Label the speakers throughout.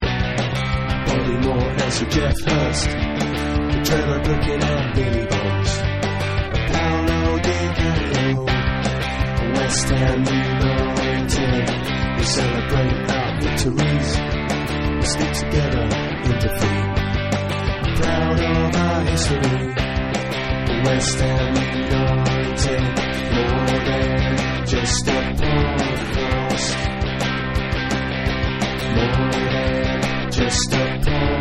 Speaker 1: Bobby Moore and Sir Jeff Hurst, the Trevor Brookin and Billy Bones, Paolo Di Canio, West Ham United. We celebrate our victories, we stick together in defeat. Proud of our history, West Ham United, more than just a podcast. More than just a podcast.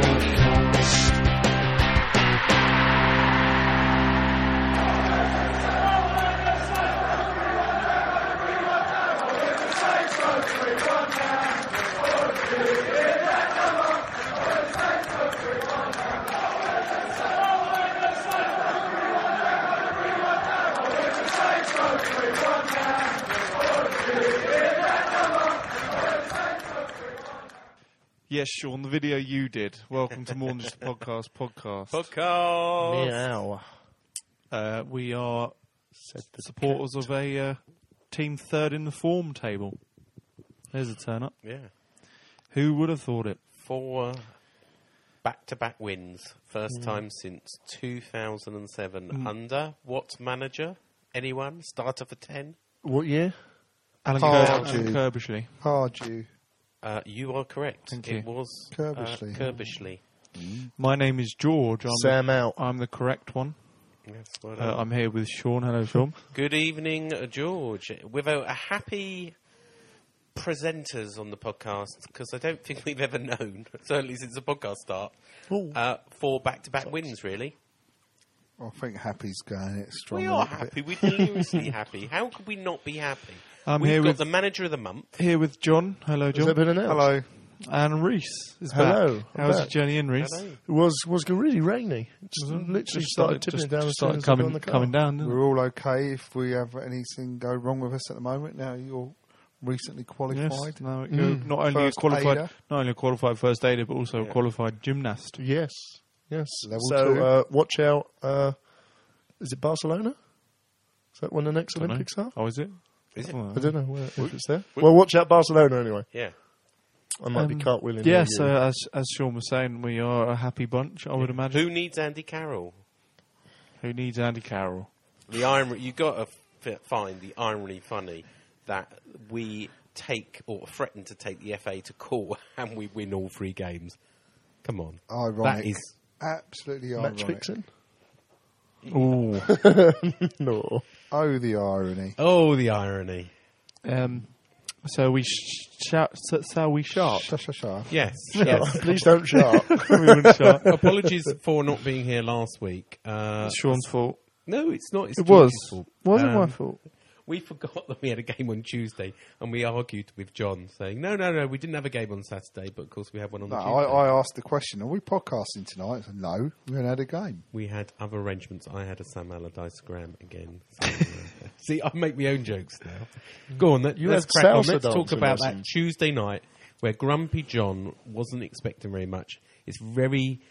Speaker 2: Yes, Sean, the video you did. Welcome to more than just a podcast podcast.
Speaker 3: Podcast.
Speaker 4: Meow.
Speaker 2: Uh, we are
Speaker 4: Said the
Speaker 2: supporters of a uh, team third in the form table. There's a turn up.
Speaker 4: Yeah.
Speaker 2: Who would have thought it?
Speaker 4: Four back-to-back wins. First
Speaker 2: Mm.
Speaker 4: time since 2007. Under what manager? Anyone? Starter for 10?
Speaker 3: What year?
Speaker 2: Alan,
Speaker 3: Carl
Speaker 2: Kirk- Alan
Speaker 3: Jude.
Speaker 2: Kirbishley.
Speaker 3: Pardew.
Speaker 4: Uh, you are correct.
Speaker 2: Thank
Speaker 4: it
Speaker 2: you.
Speaker 4: was uh,
Speaker 3: Kirbishley.
Speaker 4: Kirbishley.
Speaker 2: My name is George. I'm
Speaker 3: Sam
Speaker 2: the,
Speaker 3: out.
Speaker 2: I'm the correct one.
Speaker 4: Yes, well
Speaker 2: Uh,
Speaker 4: done.
Speaker 2: I'm here with Sean. Hello, Sean.
Speaker 4: Good evening, uh, George. With a, a happy presenters on the podcast because I don't think we've ever known, certainly since the podcast start,
Speaker 3: Ooh.
Speaker 4: uh, four back-to-back wins. Really,
Speaker 3: I think Happy's going it strong.
Speaker 4: we
Speaker 3: a
Speaker 4: are
Speaker 3: little bit.
Speaker 4: happy. We're deliriously happy. How could we not be happy?
Speaker 2: I'm
Speaker 4: We've
Speaker 2: here
Speaker 4: got
Speaker 2: with-
Speaker 4: the manager of the month.
Speaker 2: Here with John. Hello, John.
Speaker 3: Has that been announced?
Speaker 2: Hello. And Reese is
Speaker 3: Hello,
Speaker 2: back.
Speaker 3: I'm
Speaker 2: How's
Speaker 3: back.
Speaker 2: your journey in, Reese?
Speaker 4: Hello.
Speaker 3: It was was really rainy. It Just literally started, tipping
Speaker 2: just
Speaker 3: down as soon as
Speaker 2: started
Speaker 3: I got
Speaker 2: coming,
Speaker 3: in the car.
Speaker 2: coming down. didn't it?
Speaker 5: We're all okay if we have anything go wrong with us at the moment. Now you're recently qualified.
Speaker 2: Yes, no, you're
Speaker 3: Mm.
Speaker 2: not only
Speaker 5: First
Speaker 2: a qualified,
Speaker 5: aider.
Speaker 2: not only a qualified first aider, but also a qualified gymnast.
Speaker 3: Yes, yes.
Speaker 5: Level
Speaker 3: so
Speaker 5: two.
Speaker 3: Uh, watch out. Uh, is it Barcelona? Is that when the next
Speaker 2: Dunno.
Speaker 3: Olympics are?
Speaker 2: Oh, is it? Is
Speaker 3: I don't know where, if it's there. Well, watch out Barcelona anyway.
Speaker 4: Yeah.
Speaker 3: I might be cartwheeling. near
Speaker 2: Yeah,
Speaker 3: you.
Speaker 2: so Um, uh, as, as Sean was saying, we are a happy bunch, I would imagine.
Speaker 4: Who needs Andy Carroll?
Speaker 2: Who needs Andy Carroll?
Speaker 4: The irony you got to f- find the irony funny that we take or threaten to take the FA to court and we win all three games. Come on,
Speaker 5: Ironic.
Speaker 4: That is-
Speaker 5: Absolutely ironic.
Speaker 3: match fixing.
Speaker 2: Ooh.
Speaker 3: No.
Speaker 5: Oh, the irony.
Speaker 4: oh the irony.
Speaker 2: um, so we sh- shout, so, so we sharp.
Speaker 5: Shush, shush, shush.
Speaker 4: Yes, yes.
Speaker 3: Please don't shout.
Speaker 2: We wouldn't sharp.
Speaker 4: Apologies for not being here last week. Uh,
Speaker 2: It's Sean's fault.
Speaker 4: no, it's not. It's
Speaker 2: It was.
Speaker 4: George's fault.
Speaker 2: Wasn't my
Speaker 4: Um,
Speaker 2: fault.
Speaker 4: We forgot that we had a game on Tuesday, and we argued with John, saying, "No, no, no, we didn't have a game on Saturday, but of course we had one on
Speaker 5: No,
Speaker 4: Tuesday.
Speaker 5: I, I asked the question, are we podcasting tonight? I said, no, we haven't had a game.
Speaker 4: We had other arrangements. I had a Sam Allardyce gram again. So, uh, See, I make my own jokes now. Go on, let,
Speaker 3: You
Speaker 4: Mm. let's
Speaker 3: had
Speaker 4: crack on.
Speaker 3: salsa
Speaker 4: Let's talk
Speaker 3: dancing
Speaker 4: about that
Speaker 3: lessons.
Speaker 4: Tuesday night where Grumpy John wasn't expecting very much. It's very,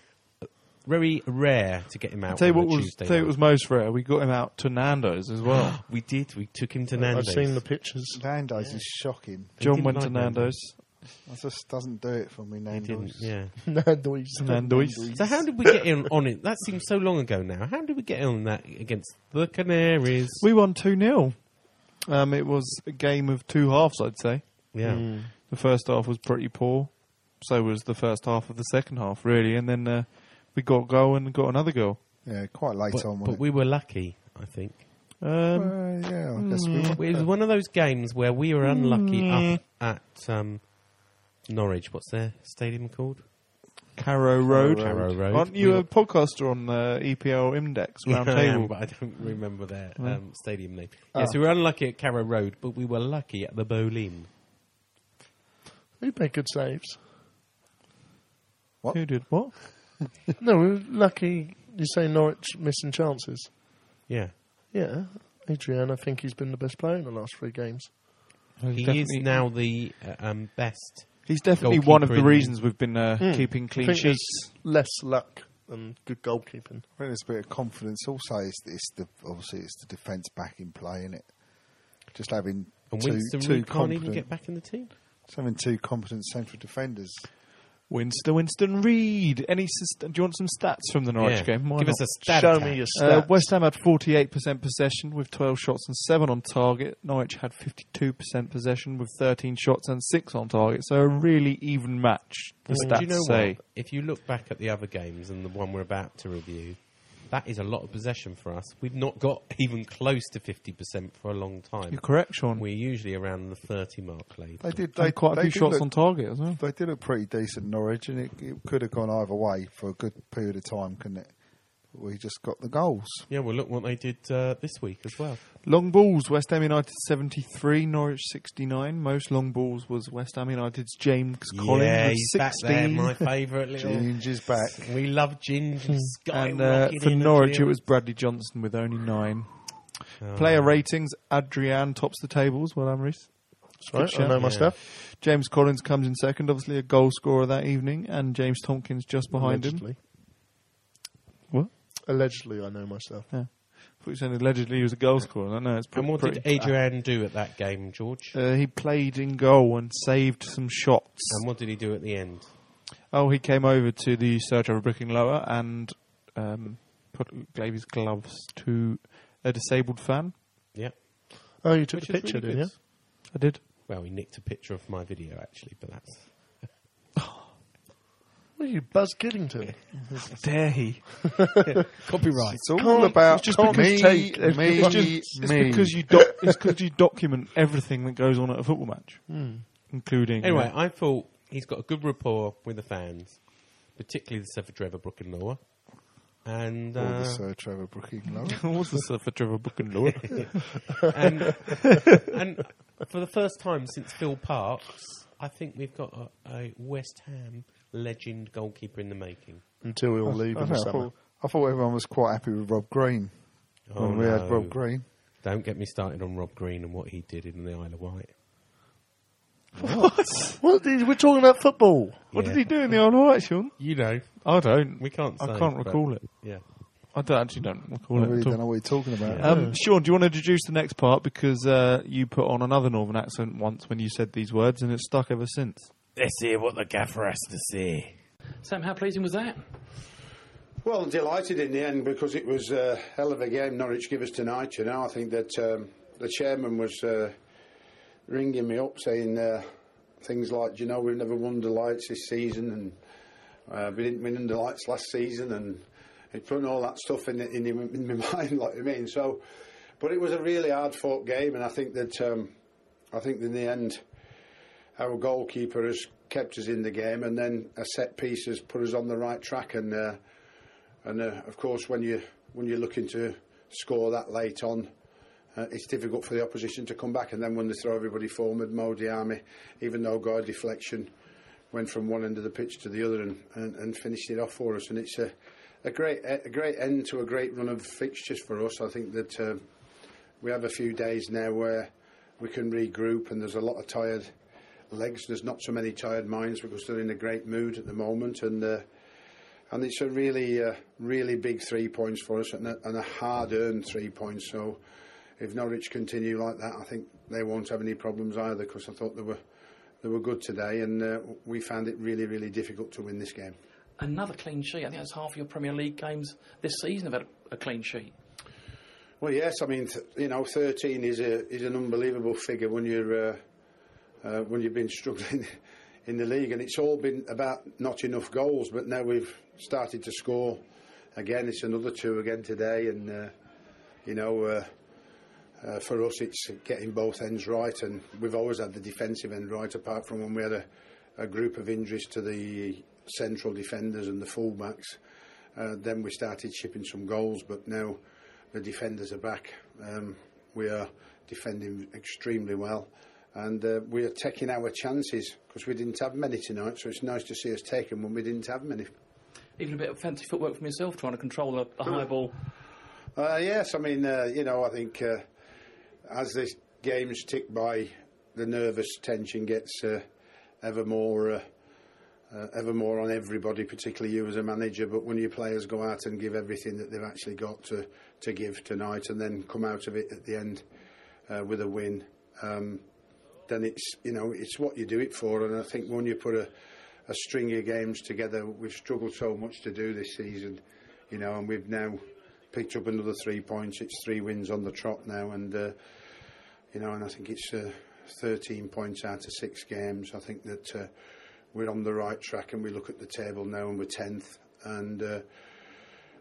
Speaker 4: uh, very rare to get him out
Speaker 2: Tell you
Speaker 4: on
Speaker 2: what
Speaker 4: a
Speaker 2: was,
Speaker 4: Tuesday
Speaker 2: tell you
Speaker 4: night.
Speaker 2: what was most rare. We got him out to Nando's as well.
Speaker 4: we did. We took him to
Speaker 3: I've
Speaker 4: Nando's.
Speaker 3: seen the pictures.
Speaker 5: Nando's is shocking.
Speaker 2: John
Speaker 4: didn't
Speaker 2: went to
Speaker 4: like
Speaker 2: Nando's.
Speaker 5: That just doesn't do it for me, Nando's.
Speaker 4: Didn't, yeah.
Speaker 3: Nando's.
Speaker 2: Nando's.
Speaker 4: So how did we get in on it? That seems so long ago now. How did we get in on that against the Canaries?
Speaker 2: We won 2 0. Um, it was a game of two halves, I'd say.
Speaker 4: yeah.
Speaker 2: the first half was pretty poor. So was the first half of the second half, really. And then uh, we got a goal and got another goal.
Speaker 5: Yeah, quite late
Speaker 4: But,
Speaker 5: on.
Speaker 4: but
Speaker 5: Wasn't
Speaker 4: we were lucky, I think.
Speaker 5: it?
Speaker 2: Um, hmm,
Speaker 5: Well, yeah, I guess we were.
Speaker 4: It was one of those games where we were unlucky up at um, Norwich. What's their stadium called?
Speaker 2: Carrow Road.
Speaker 4: Carrow Road.
Speaker 2: Aren't you
Speaker 4: We
Speaker 2: a
Speaker 4: were-
Speaker 2: podcaster on uh, EPL Index round
Speaker 4: I am,
Speaker 2: table?
Speaker 4: but I don't remember their um, stadium name.
Speaker 2: Ah.
Speaker 4: Yes, we were unlucky at Carrow Road, but we were lucky at the Boleyn.
Speaker 3: We've made good saves.
Speaker 2: Who did what?
Speaker 3: No, we were lucky. You say Norwich missing chances.
Speaker 4: Yeah.
Speaker 3: Yeah, Adrian, I think he's been the best player in the last three games.
Speaker 4: He is
Speaker 2: definitely-
Speaker 4: now the uh, um, best.
Speaker 2: He's definitely one of the
Speaker 4: goalkeeper in-
Speaker 2: reasons we've been uh, keeping
Speaker 3: I
Speaker 2: clean
Speaker 3: think there's
Speaker 2: sheets.
Speaker 3: less luck than good goalkeeping.
Speaker 5: I think there's a bit of confidence. Also, it's, it's the obviously it's the defence back in play, is it? Just having
Speaker 4: And
Speaker 5: two,
Speaker 4: Winston
Speaker 5: two
Speaker 4: Reid can't
Speaker 5: competent,
Speaker 4: even get back in the team.
Speaker 5: just having two competent central defenders.
Speaker 2: Winston, Winston Reed. Any? sus- Do you want some stats from the Norwich
Speaker 4: Yeah.
Speaker 2: game? Why
Speaker 4: Give
Speaker 2: not?
Speaker 4: us a stat.
Speaker 3: Show
Speaker 4: attack.
Speaker 3: me your
Speaker 2: Uh,
Speaker 3: stats.
Speaker 2: West Ham had 48% possession with 12 shots and 7 on target. Norwich had 52% possession with 13 shots and 6 on target. So a really even match, the
Speaker 4: Well,
Speaker 2: stats
Speaker 4: do you know
Speaker 2: say.
Speaker 4: what? If you look back at the other games and the one we're about to review, that is a lot of possession for us. We've not got even close to 50% for a long time.
Speaker 2: You're correct, Sean.
Speaker 4: We're usually around the 30 mark later.
Speaker 5: They did.
Speaker 2: They
Speaker 5: They
Speaker 2: had quite
Speaker 5: they
Speaker 2: a few
Speaker 5: did
Speaker 2: shots
Speaker 5: look-
Speaker 2: on target as well.
Speaker 5: They did look pretty decent Norwich, and it, it could have gone either way for a good period of time, couldn't it? But we just got the goals.
Speaker 4: Yeah, well, look what they did uh, this week as well.
Speaker 2: Long balls, West Ham United 73, Norwich 69. Most long balls was West Ham United's James Collins
Speaker 4: yeah,
Speaker 2: with
Speaker 4: he's
Speaker 2: 16.
Speaker 4: back there, my favourite little.
Speaker 5: Ginger's back.
Speaker 4: We love Ginger Sky.
Speaker 2: and uh, for Norwich, it was Bradley Johnson with only nine. Player ratings: Adrian tops the tables. Well done, Reese.
Speaker 3: Right, I know my
Speaker 4: Yeah.
Speaker 3: stuff.
Speaker 2: James Collins comes in second, obviously a goal scorer that evening, and James Tompkins just behind
Speaker 3: allegedly.
Speaker 2: him. What?
Speaker 3: Allegedly, I know myself.
Speaker 2: Yeah. I thought you said allegedly he was a goal scorer. I don't know. It's pretty,
Speaker 4: And what
Speaker 2: pretty
Speaker 4: did Adrian do at that game, George?
Speaker 2: Uh, he played in goal and saved some shots.
Speaker 4: and what did he do at the end?
Speaker 2: Oh, he came over to the Sergio Bricking lower and um, put, gave his gloves to a disabled fan.
Speaker 4: Yeah.
Speaker 3: Oh, you took
Speaker 4: Which
Speaker 3: the
Speaker 4: is
Speaker 3: picture,
Speaker 4: really
Speaker 3: didn't
Speaker 4: good.
Speaker 3: you?
Speaker 2: I did.
Speaker 4: Well, he nicked a picture of my video, actually, but that's.
Speaker 3: What are you, Buzz Giddington?
Speaker 2: Dare he?
Speaker 4: Copyright.
Speaker 5: It's all about
Speaker 2: It's just
Speaker 5: me,
Speaker 2: because
Speaker 5: me,
Speaker 2: it's
Speaker 5: me,
Speaker 2: just- it's because you doc, it's because you document everything that goes on at a football match, including
Speaker 4: Hmm. Anyway,
Speaker 2: uh,
Speaker 4: I thought he's got a good rapport with the fans, particularly the Trevor Brook and Noah. And
Speaker 5: All
Speaker 4: uh,
Speaker 5: this, uh, Trevor Brooking, love.
Speaker 2: what's the stuff for Trevor Book and Law?
Speaker 4: and, and for the first time since Phil Parks, I think we've got a, a West Ham legend goalkeeper in the making.
Speaker 3: Until we all leave
Speaker 5: I,
Speaker 3: in the
Speaker 5: thought- I
Speaker 3: summer.
Speaker 5: thought, I thought everyone was quite happy with Rob Green
Speaker 4: Oh,
Speaker 5: when we had
Speaker 4: no.
Speaker 5: Rob Green.
Speaker 4: Don't get me started on Rob Green and what he did in the Isle of Wight.
Speaker 3: What? These- We're talking about football.
Speaker 2: What
Speaker 4: Yeah.
Speaker 2: did he do in the old right, Sean?
Speaker 4: You know,
Speaker 2: I don't.
Speaker 4: we can't.
Speaker 2: I
Speaker 4: say,
Speaker 2: can't
Speaker 4: but-
Speaker 2: recall it.
Speaker 4: Yeah.
Speaker 2: I don't, actually don't
Speaker 5: I
Speaker 2: recall it.
Speaker 5: really
Speaker 2: at all.
Speaker 5: don't know what you're talking about.
Speaker 2: Um, Sean, do you want to introduce the next part because uh, you put on another Northern accent once when you said these words, and it's stuck ever since.
Speaker 4: Let's hear what the gaffer has to say.
Speaker 6: Sam, how pleasing was that?
Speaker 7: Well, delighted in the end because it was a hell of a game Norwich give us tonight. You know, I think that um, the chairman was uh, ringing me up saying uh, things like, you know, we've never won the lights this season, and uh, we didn't win the lights last season, and he putting all that stuff in in, in my mind, like I mean. So, but it was a really hard fought game, and I think that um, I think in the end our goalkeeper has kept us in the game, and then a set piece has put us on the right track, and. Uh, and uh, of course, when you when you're looking to score that late on, uh, it's difficult for the opposition to come back. And then when they throw everybody forward, Mo Diarmi, even though guy deflection went from one end of the pitch to the other and, and, and finished it off for us. And it's a, a great a great end to a great run of fixtures for us. I think that um, we have a few days now where we can regroup, and there's a lot of tired legs. There's not so many tired minds because they're in a great mood at the moment, and. Uh, and it's a really, uh, really big three points for us and a, and a hard-earned three points. So if Norwich continue like that, I think they won't have any problems either. Because I thought they were, they were good today, and uh, we found it really, really difficult to win this game.
Speaker 6: Another clean sheet. I think that's half your Premier League games this season have had a, a clean sheet.
Speaker 7: Well, yes, I mean, th- you know, 13 is a is an unbelievable figure when you're uh, uh, when you've been struggling in the league. And it's all been about not enough goals, but now we've started to score again. It's another two again today, and uh, you know. Uh, uh, for us, it's getting both ends right, and we've always had the defensive end right, apart from when we had a, a group of injuries to the central defenders and the fullbacks. Uh, then we started shipping some goals, but now the defenders are back. Um, we are defending extremely well, and uh, we are taking our chances because we didn't have many tonight. So it's nice to see us taking when we didn't have many.
Speaker 6: Even a bit of fancy footwork from yourself, trying to control a, a high ball.
Speaker 7: Uh, yes, I mean, uh, you know, I think uh, as this game's tick by, the nervous tension gets uh, ever more. Uh, uh, ever more on everybody, particularly you as a manager. But when your players go out and give everything that they've actually got to, to give tonight, and then come out of it at the end uh, with a win, um, then it's you know it's what you do it for. And I think when you put a, a string of games together, we've struggled so much to do this season, you know, and we've now picked up another three points. It's three wins on the trot now, and uh, you know, and I think it's uh, 13 points out of six games. I think that. Uh, we're on the right track and we look at the table now and we're 10th and uh,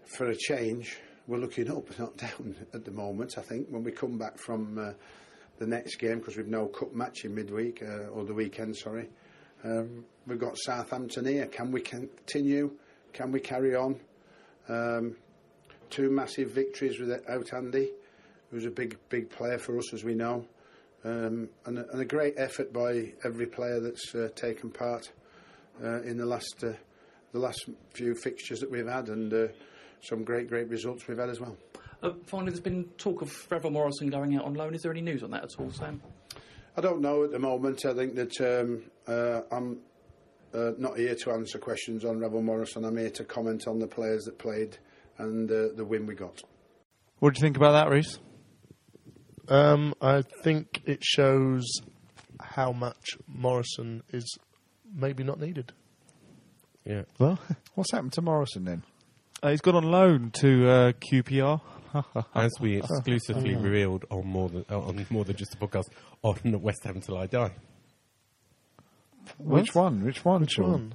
Speaker 7: for a change we're looking up not down at the moment I think when we come back from uh, the next game because we've no cup match in midweek uh, or the weekend sorry um, we've got Southampton here can we continue can we carry on um, two massive victories without Andy who's a big big player for us as we know um, and, a- and a great effort by every player that's uh, taken part uh, in the last uh, the last few fixtures that we've had, and uh, some great great results we've had as well.
Speaker 6: Uh, finally, there's been talk of Trevor Morrison going out on loan. Is there any news on that at all, Sam?
Speaker 7: I don't know at the moment. I think that um, uh, I'm uh, not here to answer questions on Rebel Morrison. I'm here to comment on the players that played and uh, the win we got.
Speaker 2: What do you think about that, Reese?
Speaker 3: Um, I think it shows how much Morrison is maybe not needed.
Speaker 4: Yeah.
Speaker 5: Well, what's happened to Morrison then?
Speaker 2: Uh, he's gone on loan to uh, QPR.
Speaker 4: As we exclusively revealed on more than uh, on more than just a podcast on West Ham till I die.
Speaker 2: Mm-hmm.
Speaker 5: Which one? Which one? Which
Speaker 3: one?
Speaker 4: Hmm.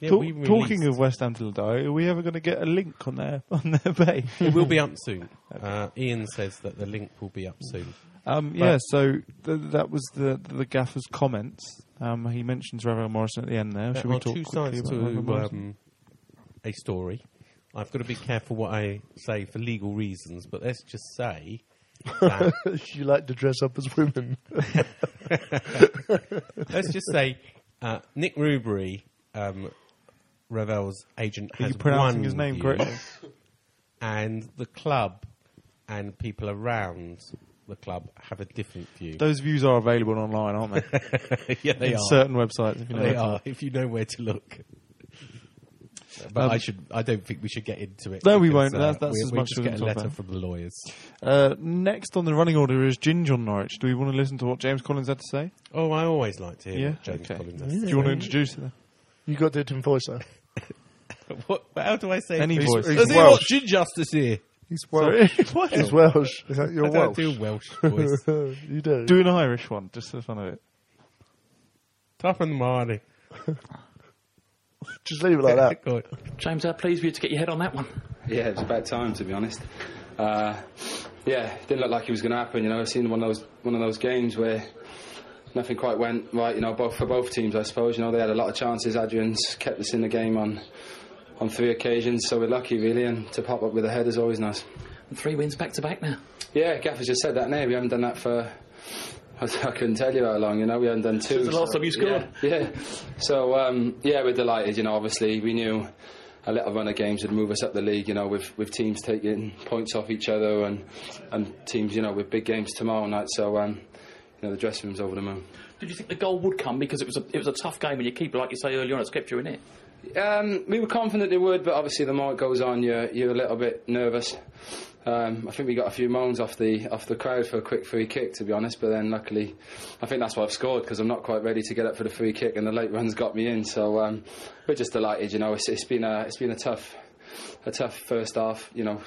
Speaker 4: Yeah,
Speaker 2: Talk-
Speaker 4: we released-
Speaker 2: talking of West Ham till die, are we ever going to get a link on their on their page?
Speaker 4: it will be up soon. Uh, Ian says that the link will be up soon.
Speaker 2: Um, yeah, so th- that was the the gaffer's comments. Um, he mentions Ravel Morrison at the end there.
Speaker 4: There
Speaker 2: uh, Should we
Speaker 4: are
Speaker 2: talk
Speaker 4: uh, two
Speaker 2: quickly
Speaker 4: sides
Speaker 2: about
Speaker 4: to
Speaker 2: Ravel Morrison?
Speaker 4: um, a story. I've got to be careful what I say for legal reasons, but let's just say that
Speaker 3: you like to dress up as women.
Speaker 4: let's just say uh, Nick Rubery, um, Ravel's agent,
Speaker 2: Are
Speaker 4: has
Speaker 2: you pronouncing
Speaker 4: won
Speaker 2: his name
Speaker 4: you,
Speaker 2: correctly?
Speaker 4: and the club and people around the club have a different view.
Speaker 2: Those views are available online, aren't they?
Speaker 4: yeah, they
Speaker 2: In
Speaker 4: are.
Speaker 2: certain websites, if you know.
Speaker 4: they
Speaker 2: what I mean.
Speaker 4: are. If you know where to look. But I should. I don't think we should get into it.
Speaker 2: Um, No, we won't.
Speaker 4: because, uh,
Speaker 2: That's- that's
Speaker 4: we-
Speaker 2: as
Speaker 4: we
Speaker 2: much
Speaker 4: just
Speaker 2: as we
Speaker 4: get a
Speaker 2: can talk
Speaker 4: letter
Speaker 2: about.
Speaker 4: from the lawyers.
Speaker 2: Uh, next on the running order is Ginge on Norwich. Do we want to listen to what James Collins had to say?
Speaker 4: Oh, I always like to hear
Speaker 2: yeah,
Speaker 4: what James
Speaker 2: okay.
Speaker 4: Collins
Speaker 2: Do
Speaker 4: has.
Speaker 2: you want to introduce it? Then?
Speaker 3: you got to do it in voice, though.
Speaker 4: What, how do I say?
Speaker 2: Any
Speaker 4: this?
Speaker 2: voice.
Speaker 4: I
Speaker 2: He's
Speaker 4: do what
Speaker 3: Welsh.
Speaker 4: Ginjustice here.
Speaker 3: He's Welsh.
Speaker 2: What?
Speaker 3: He's Welsh. Is that
Speaker 4: I
Speaker 3: your
Speaker 4: don't
Speaker 3: Welsh?
Speaker 4: do Welsh voice.
Speaker 3: you do.
Speaker 2: Do an Irish one, just for the fun of it.
Speaker 4: Tough and Marty.
Speaker 3: Just leave it like that.
Speaker 6: James, how pleased were you to get your head on that one?
Speaker 8: Yeah, it's about time to be honest. Uh, yeah, it didn't look like it was going to happen. You know, I've seen one of those one of those games where nothing quite went right. You know, both for both teams, I suppose. You know, they had a lot of chances. Adrian's kept us in the game on on three occasions, so we're lucky really. And to pop up with a head is always nice.
Speaker 6: And three wins back to back now.
Speaker 8: Yeah, Gaffer's just said that now. We haven't done that for. I couldn't tell you how long, you know, we haven't done two.
Speaker 6: the last time you scored.
Speaker 8: Yeah. yeah. So, um, yeah, we're delighted, you know, obviously. We knew a little run of games would move us up the league, you know, with, with teams taking points off each other and, and teams, you know, with big games tomorrow night. So, um, you know, the dressing room's over the moon.
Speaker 6: Did you think the goal would come because it was a it was a tough game and your keeper, like you say earlier on, it's kept you in it.
Speaker 8: Um, we were confident it would, but obviously the more it goes on, you're you're a little bit nervous. Um, I think we got a few moans off the off the crowd for a quick free kick, to be honest. But then luckily, I think that's why I've scored because I'm not quite ready to get up for the free kick, and the late run's got me in. So um, we're just delighted, you know. It's, it's been a it's been a tough a tough first half, you know,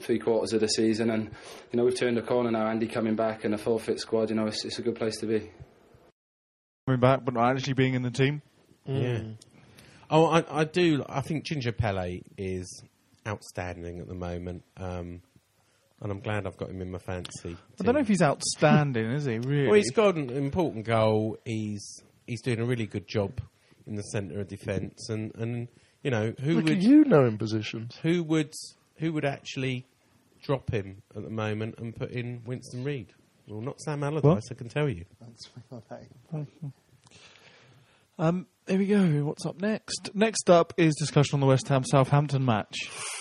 Speaker 8: three quarters of the season, and you know we've turned the corner now. Andy coming back and a full fit squad, you know, it's, it's a good place to be.
Speaker 2: coming back, but not actually being in the team. Mm.
Speaker 4: Yeah. Oh, I, I do. I think Ginger Pele is outstanding at the moment, um, and I'm glad I've got him in my fancy.
Speaker 2: I don't know if he's outstanding, is he? Really?
Speaker 4: Well, he's got an important goal. He's he's doing a really good job in the centre of defence, and, and you know who
Speaker 3: Look at
Speaker 4: would
Speaker 3: you knowing positions.
Speaker 4: who would who would actually drop him at the moment and put in Winston Reed? Well, not Sam Allardyce, I can tell you.
Speaker 2: Um, here we go. What's up next? Next up is discussion on the West Ham Southampton match.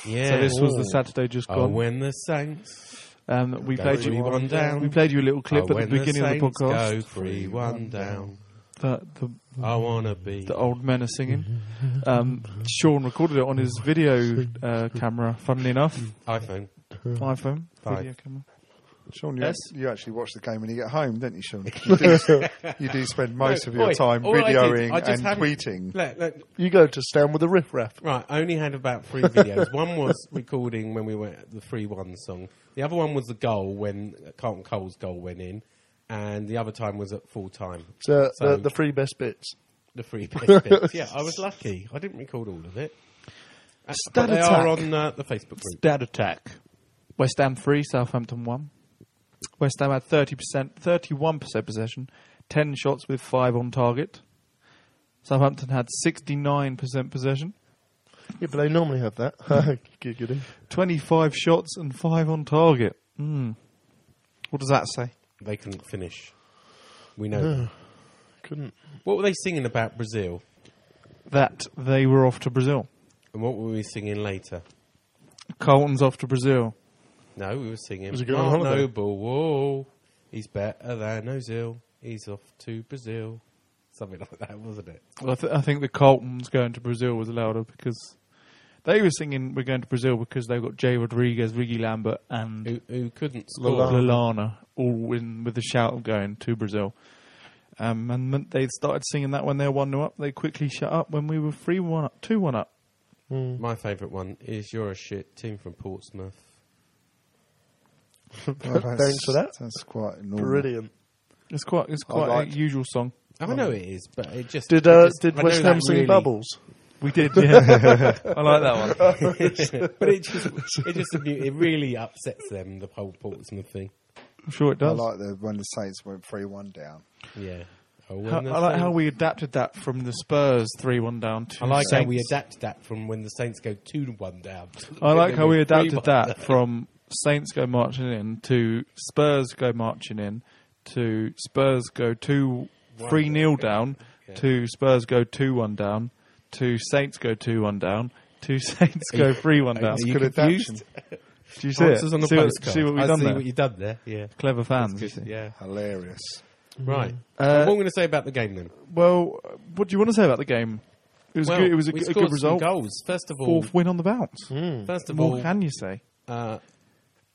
Speaker 4: Yeah.
Speaker 2: So this was the
Speaker 4: Ooh.
Speaker 2: Saturday just
Speaker 4: Oh,
Speaker 2: gone.
Speaker 4: when the Saints.
Speaker 2: Um, we
Speaker 4: Go
Speaker 2: played you
Speaker 4: three, one down.
Speaker 2: We played you a little clip
Speaker 4: Oh,
Speaker 2: at the
Speaker 4: when
Speaker 2: beginning of the
Speaker 4: Saints
Speaker 2: podcast.
Speaker 4: Go three one down.
Speaker 2: That the
Speaker 4: I wanna be.
Speaker 2: the old men are singing. Um, Sean recorded it on his video uh, camera. Funnily enough,
Speaker 4: iPhone.
Speaker 2: iPhone
Speaker 4: Five.
Speaker 2: video camera.
Speaker 5: Sean, you,
Speaker 2: Yes.
Speaker 5: you actually watch the game when you get home, don't you, Sean? You do, you do spend most
Speaker 4: No,
Speaker 5: of your
Speaker 4: oi,
Speaker 5: time
Speaker 4: all I did-
Speaker 5: videoing
Speaker 4: I just
Speaker 5: and
Speaker 4: hadn't-
Speaker 5: tweeting.
Speaker 4: Look, look,
Speaker 3: You go to stand with a riffraff.
Speaker 4: Right, I only had about three videos. one was recording when we were at the 3 1 song. The other one was the goal when Carlton Cole's goal went in. And the other time was at full time.
Speaker 2: uh,
Speaker 3: So, the, the three best bits.
Speaker 4: the free best bits. Yeah, I was lucky. I didn't record all of it. Uh, but
Speaker 2: Stat
Speaker 4: they are
Speaker 2: attack.
Speaker 4: on uh, the Facebook group.
Speaker 2: Stat attack. West Ham three, Southampton one. West Ham had thirty percent, thirty-one percent possession, ten shots with five on target. Southampton had sixty-nine percent possession,
Speaker 3: Yeah, but they normally have that. Giggity.
Speaker 2: twenty-five shots and five on target. Hmm. What does that say?
Speaker 4: They couldn't finish. We know.
Speaker 3: Couldn't.
Speaker 4: what were they singing about Brazil?
Speaker 2: That they were off to Brazil.
Speaker 4: And what were we singing later?
Speaker 2: Carlton's off to Brazil.
Speaker 4: No, we were singing
Speaker 3: Was it going on
Speaker 4: Mark
Speaker 3: holiday?
Speaker 4: Noble. Whoa, he's better than Ozil. He's off to Brazil. Something like that, wasn't it?
Speaker 2: Well, I, th- I think the Carlton's going to Brazil was louder because they were singing "We're going to Brazil" because they've got Jay Rodriguez, Ricky Lambert, and
Speaker 4: Who, who couldn't score?
Speaker 2: Lalana all in with the shout of going to Brazil. Um, and then they started singing that when they were one 0 up. They quickly shut up when we were three one up, two one up.
Speaker 5: Hmm.
Speaker 4: My favourite one is you're a shit team from Portsmouth.
Speaker 5: Well,
Speaker 3: Thanks for that.
Speaker 5: That's quite normal.
Speaker 3: Brilliant.
Speaker 2: It's quite it's
Speaker 5: I
Speaker 2: quite
Speaker 5: liked-
Speaker 2: a usual song.
Speaker 4: I know it is, but it just
Speaker 3: Did
Speaker 4: it
Speaker 3: uh,
Speaker 4: just-
Speaker 3: did
Speaker 4: I know
Speaker 3: West
Speaker 4: that
Speaker 3: Ham sing
Speaker 4: really-
Speaker 3: Bubbles?
Speaker 2: We did, yeah. I like that one.
Speaker 4: but it just it just amu- it really upsets them the whole Portsmouth thing.
Speaker 2: I'm sure it
Speaker 5: I
Speaker 2: does.
Speaker 5: like the when the Saints went three one down.
Speaker 4: Yeah,
Speaker 2: How- I like how we adapted that from the Spurs three one down to.
Speaker 4: I like how we
Speaker 2: Saints.
Speaker 4: adapted that from when the Saints go two to one down.
Speaker 2: I like how we
Speaker 4: Three
Speaker 2: adapted
Speaker 4: one
Speaker 2: that
Speaker 4: down.
Speaker 2: from Saints go marching in to Spurs go marching in to Spurs go two three nil down to Spurs go two one down to Saints go two one down to Saints go three one down.
Speaker 5: That's
Speaker 4: you
Speaker 5: good
Speaker 4: confused?
Speaker 5: adaptation.
Speaker 2: Do you see it?
Speaker 4: Answers on the
Speaker 2: see, what,
Speaker 4: postcard.
Speaker 2: see what we've
Speaker 4: I
Speaker 2: done
Speaker 4: see
Speaker 2: there?
Speaker 4: what you've done there. Yeah,
Speaker 2: Clever fans.
Speaker 4: Good,
Speaker 2: you see.
Speaker 4: yeah.
Speaker 5: Hilarious.
Speaker 4: Right.
Speaker 2: Uh,
Speaker 4: what am I going to say about the game then?
Speaker 2: Well, uh, what do you want to say about the game? It was
Speaker 4: Well,
Speaker 2: good, it was a,
Speaker 4: we
Speaker 2: g- a
Speaker 4: scored
Speaker 2: good
Speaker 4: some
Speaker 2: result.
Speaker 4: Goals. First of all,
Speaker 2: Fourth win on the bounce.
Speaker 5: Hmm.
Speaker 4: first of
Speaker 2: What
Speaker 4: all,
Speaker 2: can you say?
Speaker 4: uh,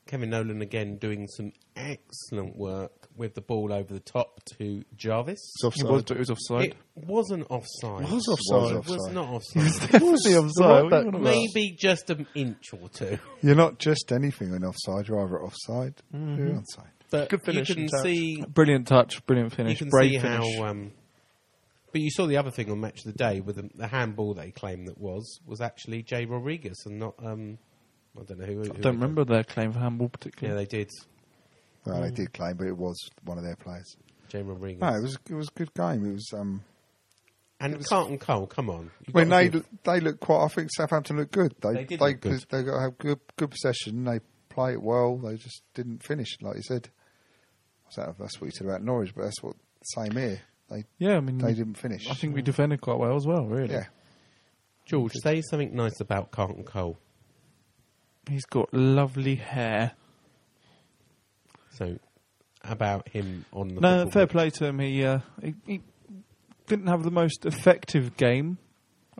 Speaker 4: Kevin Nolan again doing some excellent work with the ball over the top to Jarvis.
Speaker 3: It's offside.
Speaker 2: It was, but it was offside.
Speaker 4: It wasn't offside.
Speaker 3: It was
Speaker 5: offside.
Speaker 4: It was
Speaker 5: Offside.
Speaker 4: not offside.
Speaker 2: Definitely offside. What are you on about?
Speaker 4: Maybe just an inch or two.
Speaker 5: You're not just anything on offside. You're either offside,
Speaker 4: Mm-hmm.
Speaker 5: you're onside.
Speaker 4: But
Speaker 3: Good
Speaker 4: you
Speaker 3: finishing
Speaker 4: can
Speaker 3: touch.
Speaker 4: see,
Speaker 2: Brilliant touch, brilliant
Speaker 4: you
Speaker 2: finish,
Speaker 4: can
Speaker 2: brave
Speaker 4: see
Speaker 2: finish.
Speaker 4: how. Um, but you saw the other thing on Match of the Day with the, the handball they claimed that was was actually Jay Rodriguez and not um, I don't know who. who
Speaker 2: I
Speaker 4: it
Speaker 2: don't
Speaker 4: was.
Speaker 2: remember their claim for handball
Speaker 4: Yeah,
Speaker 2: particularly.
Speaker 4: they did.
Speaker 5: Well,
Speaker 2: Hmm.
Speaker 5: they did claim, but it was one of their players.
Speaker 4: Jay Rodriguez
Speaker 5: No, it was it was a good game. It was. Um,
Speaker 4: and Carlton Cole. Come on, You've
Speaker 5: when
Speaker 4: got to
Speaker 5: they
Speaker 4: give-
Speaker 5: they looked quite. I think Southampton looked good. They
Speaker 4: They did
Speaker 5: they
Speaker 4: look good.
Speaker 5: they got have good good possession. They play it well. They just didn't finish, like you said. Was that- that's what you said about Norwich, but that's what same here. They
Speaker 2: Yeah, I mean,
Speaker 5: they didn't finish.
Speaker 2: I think we defended quite well as well. Really,
Speaker 5: yeah.
Speaker 4: George, say something nice about Carlton Cole.
Speaker 2: he's got lovely hair.
Speaker 4: So, about him on the
Speaker 2: No,
Speaker 4: football
Speaker 2: fair
Speaker 4: pitch.
Speaker 2: play to him. He, uh, he he didn't have the most effective game,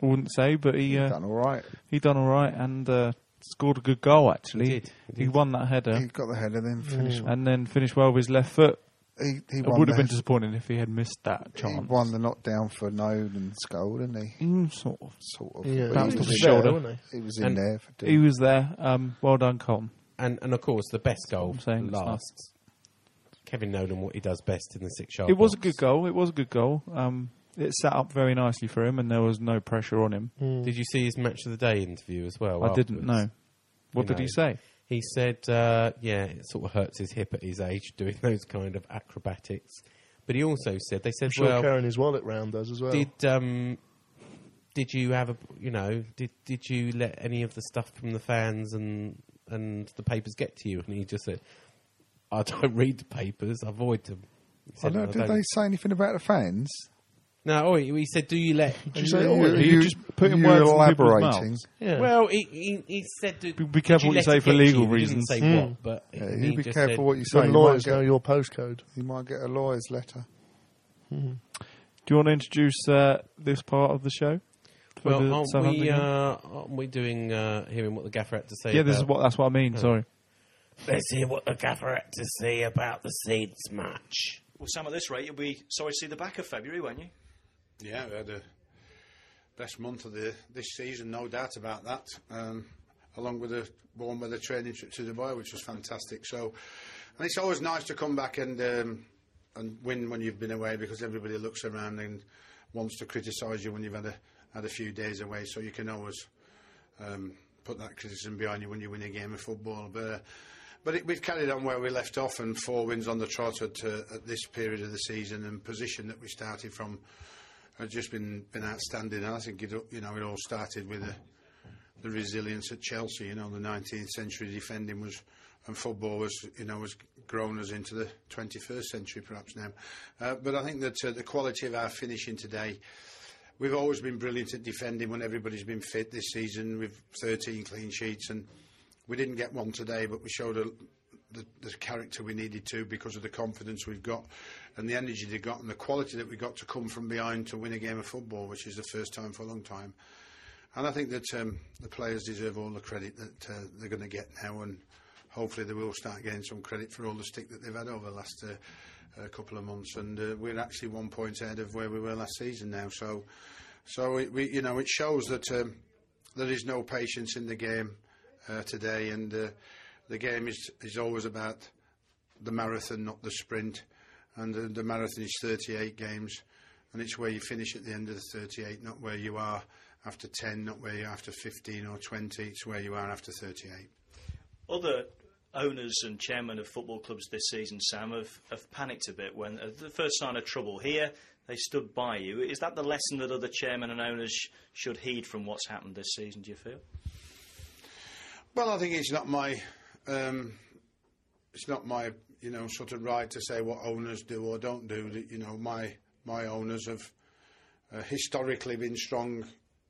Speaker 2: I wouldn't say, but he uh,
Speaker 5: Done all right.
Speaker 2: he done all right and uh, scored a good goal. Actually,
Speaker 4: He did, he did.
Speaker 2: won that header
Speaker 5: He got the header, then finished.
Speaker 2: and then finished well with his left foot.
Speaker 5: He, he
Speaker 2: It
Speaker 5: won
Speaker 2: would have
Speaker 5: the-
Speaker 2: been disappointing if he had missed that
Speaker 5: He
Speaker 2: chance.
Speaker 5: won the knockdown for Nolan's goal, didn't he?
Speaker 2: Mm, sort of.
Speaker 5: Sort of.
Speaker 3: Yeah,
Speaker 5: But
Speaker 2: Bounced
Speaker 5: he
Speaker 2: off
Speaker 5: was
Speaker 2: his
Speaker 5: there.
Speaker 2: shoulder.
Speaker 3: wasn't
Speaker 5: He was in
Speaker 4: And
Speaker 5: there. For
Speaker 2: He was there. Um, well done, Colm.
Speaker 4: And and of course the best goal
Speaker 2: I'm saying it's
Speaker 4: last Kevin Nolan what he does best in the six yard.
Speaker 2: It was a
Speaker 4: box.
Speaker 2: good goal. It was a good goal. Um, it sat up very nicely for him, and there was no pressure on him.
Speaker 4: Did you see his match of the day interview as well?
Speaker 2: I didn't,
Speaker 4: afterwards?
Speaker 2: no. What
Speaker 4: You
Speaker 2: did he say?
Speaker 4: He said, uh, "Yeah, it sort of hurts his hip at his age doing those kind of acrobatics." But he also said, "They said,
Speaker 3: I'm sure
Speaker 4: well,
Speaker 3: carrying his wallet round does as well.
Speaker 4: did um, did you have a you know did did you let any of the stuff from the fans and and the papers get to you?" And he just said, "I don't read the papers. I avoid them." He
Speaker 5: I
Speaker 4: said,
Speaker 5: know,
Speaker 4: "I
Speaker 5: did
Speaker 4: don't."
Speaker 5: they say anything about the fans?
Speaker 4: No, oh, he he said, "Do you let?"
Speaker 5: Did you say, oh, Are you- you just putting you words in people's elaborating? mouths?
Speaker 2: Yeah.
Speaker 4: Well, he, he, he said, to,
Speaker 2: Be- be careful
Speaker 4: "Did
Speaker 2: what you say
Speaker 4: let it
Speaker 2: for
Speaker 4: get
Speaker 2: legal
Speaker 4: you?" He didn't
Speaker 2: reasons.
Speaker 4: say
Speaker 2: Hmm.
Speaker 4: what, but
Speaker 5: Yeah,
Speaker 4: he
Speaker 5: you be
Speaker 4: just
Speaker 5: careful
Speaker 4: said-
Speaker 5: what you
Speaker 3: The
Speaker 5: say. You might,
Speaker 3: lawyers
Speaker 5: get,
Speaker 3: know your postcode.
Speaker 5: you might get a lawyer's letter.
Speaker 2: Do you want to introduce uh, this part of the show? For
Speaker 4: Well,
Speaker 2: the
Speaker 4: aren't
Speaker 2: Southampton
Speaker 4: we,
Speaker 2: game?
Speaker 4: uh, aren't we doing uh, hearing what the gaffer had to say?
Speaker 2: yeah, this is
Speaker 4: about-
Speaker 2: what that's what I mean.
Speaker 4: Oh. uh,
Speaker 2: Sorry.
Speaker 4: Let's hear what the gaffer had to say about the Saints match.
Speaker 9: Well, Sam, at this rate, you'll be sorry to see the back of February, won't you?
Speaker 7: Yeah, we had the best month of the this season, no doubt about that. Um, along with the warm weather training trip to Dubai, which was fantastic. So, and it's always nice to come back and um, and win when you've been away because everybody looks around and wants to criticise you when you've had a had a few days away. So you can always um, put that criticism behind you when you win a game of football. But uh, but it, we've carried on where we left off, and four wins on the trot at, uh, at this period of the season and position that we started from has just been been outstanding. And I think it all- you know it all started with the, the resilience at Chelsea. You know, the 19th century defending was and football was you know has grown us into the 21st century perhaps now. Uh, but I think that uh, the quality of our finishing today. We've always been brilliant at defending when everybody's been fit this season. We've 13 clean sheets and we didn't get one today, but we showed a, the, the character we needed to because of the confidence we've got and the energy they got and the quality that we got to come from behind to win a game of football, which is the first time for a long time. And I think that um, the players deserve all the credit that uh, they're going to get now, and hopefully they will start getting some credit for all the stick that they've had over the last uh, uh, couple of months. And uh, we're actually one point ahead of where we were last season now. So, so it, we, you know, it shows that um, there is no patience in the game uh, today, and uh, the game is is always about the marathon, not the sprint. And uh, the marathon is 38 games, and it's where you finish at the end of the 38, not where you are after 10, not where you are after 15 or 20. It's where you are after 38.
Speaker 9: Other owners and chairmen of football clubs this season, Sam, have, have panicked a bit when at the first sign of trouble here. They stood by you. Is that the lesson that other chairmen and owners sh- should heed from what's happened this season? Do you feel?
Speaker 7: Well, I think it's not my, um, it's not my, you know, sort of right to say what owners do or don't do. That, You know, my my owners have uh, historically been strong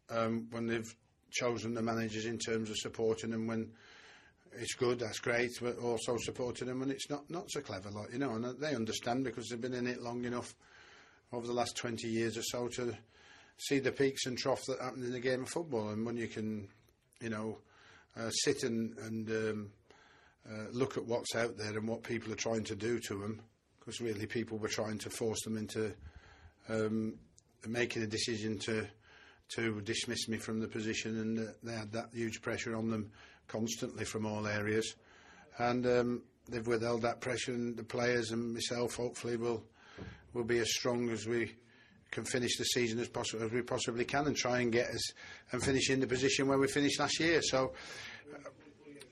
Speaker 7: um, when they've chosen the managers in terms of supporting them when it's good, that's great, but also supporting them when it's not not so clever, like you know, and they understand because they've been in it long enough over the last 20 years or so to see the peaks and troughs that happen in the game of football. And when you can, you know, uh, sit and, and um, uh, look at what's out there and what people are trying to do to them, because really people were trying to force them into um, making a decision to to dismiss me from the position, and uh, they had that huge pressure on them constantly from all areas, and um, they've withheld that pressure. And the players and myself, hopefully, will will be as strong as we can finish the season as possible as we possibly can, and try and get us and finish in the position where we finished last year. So uh,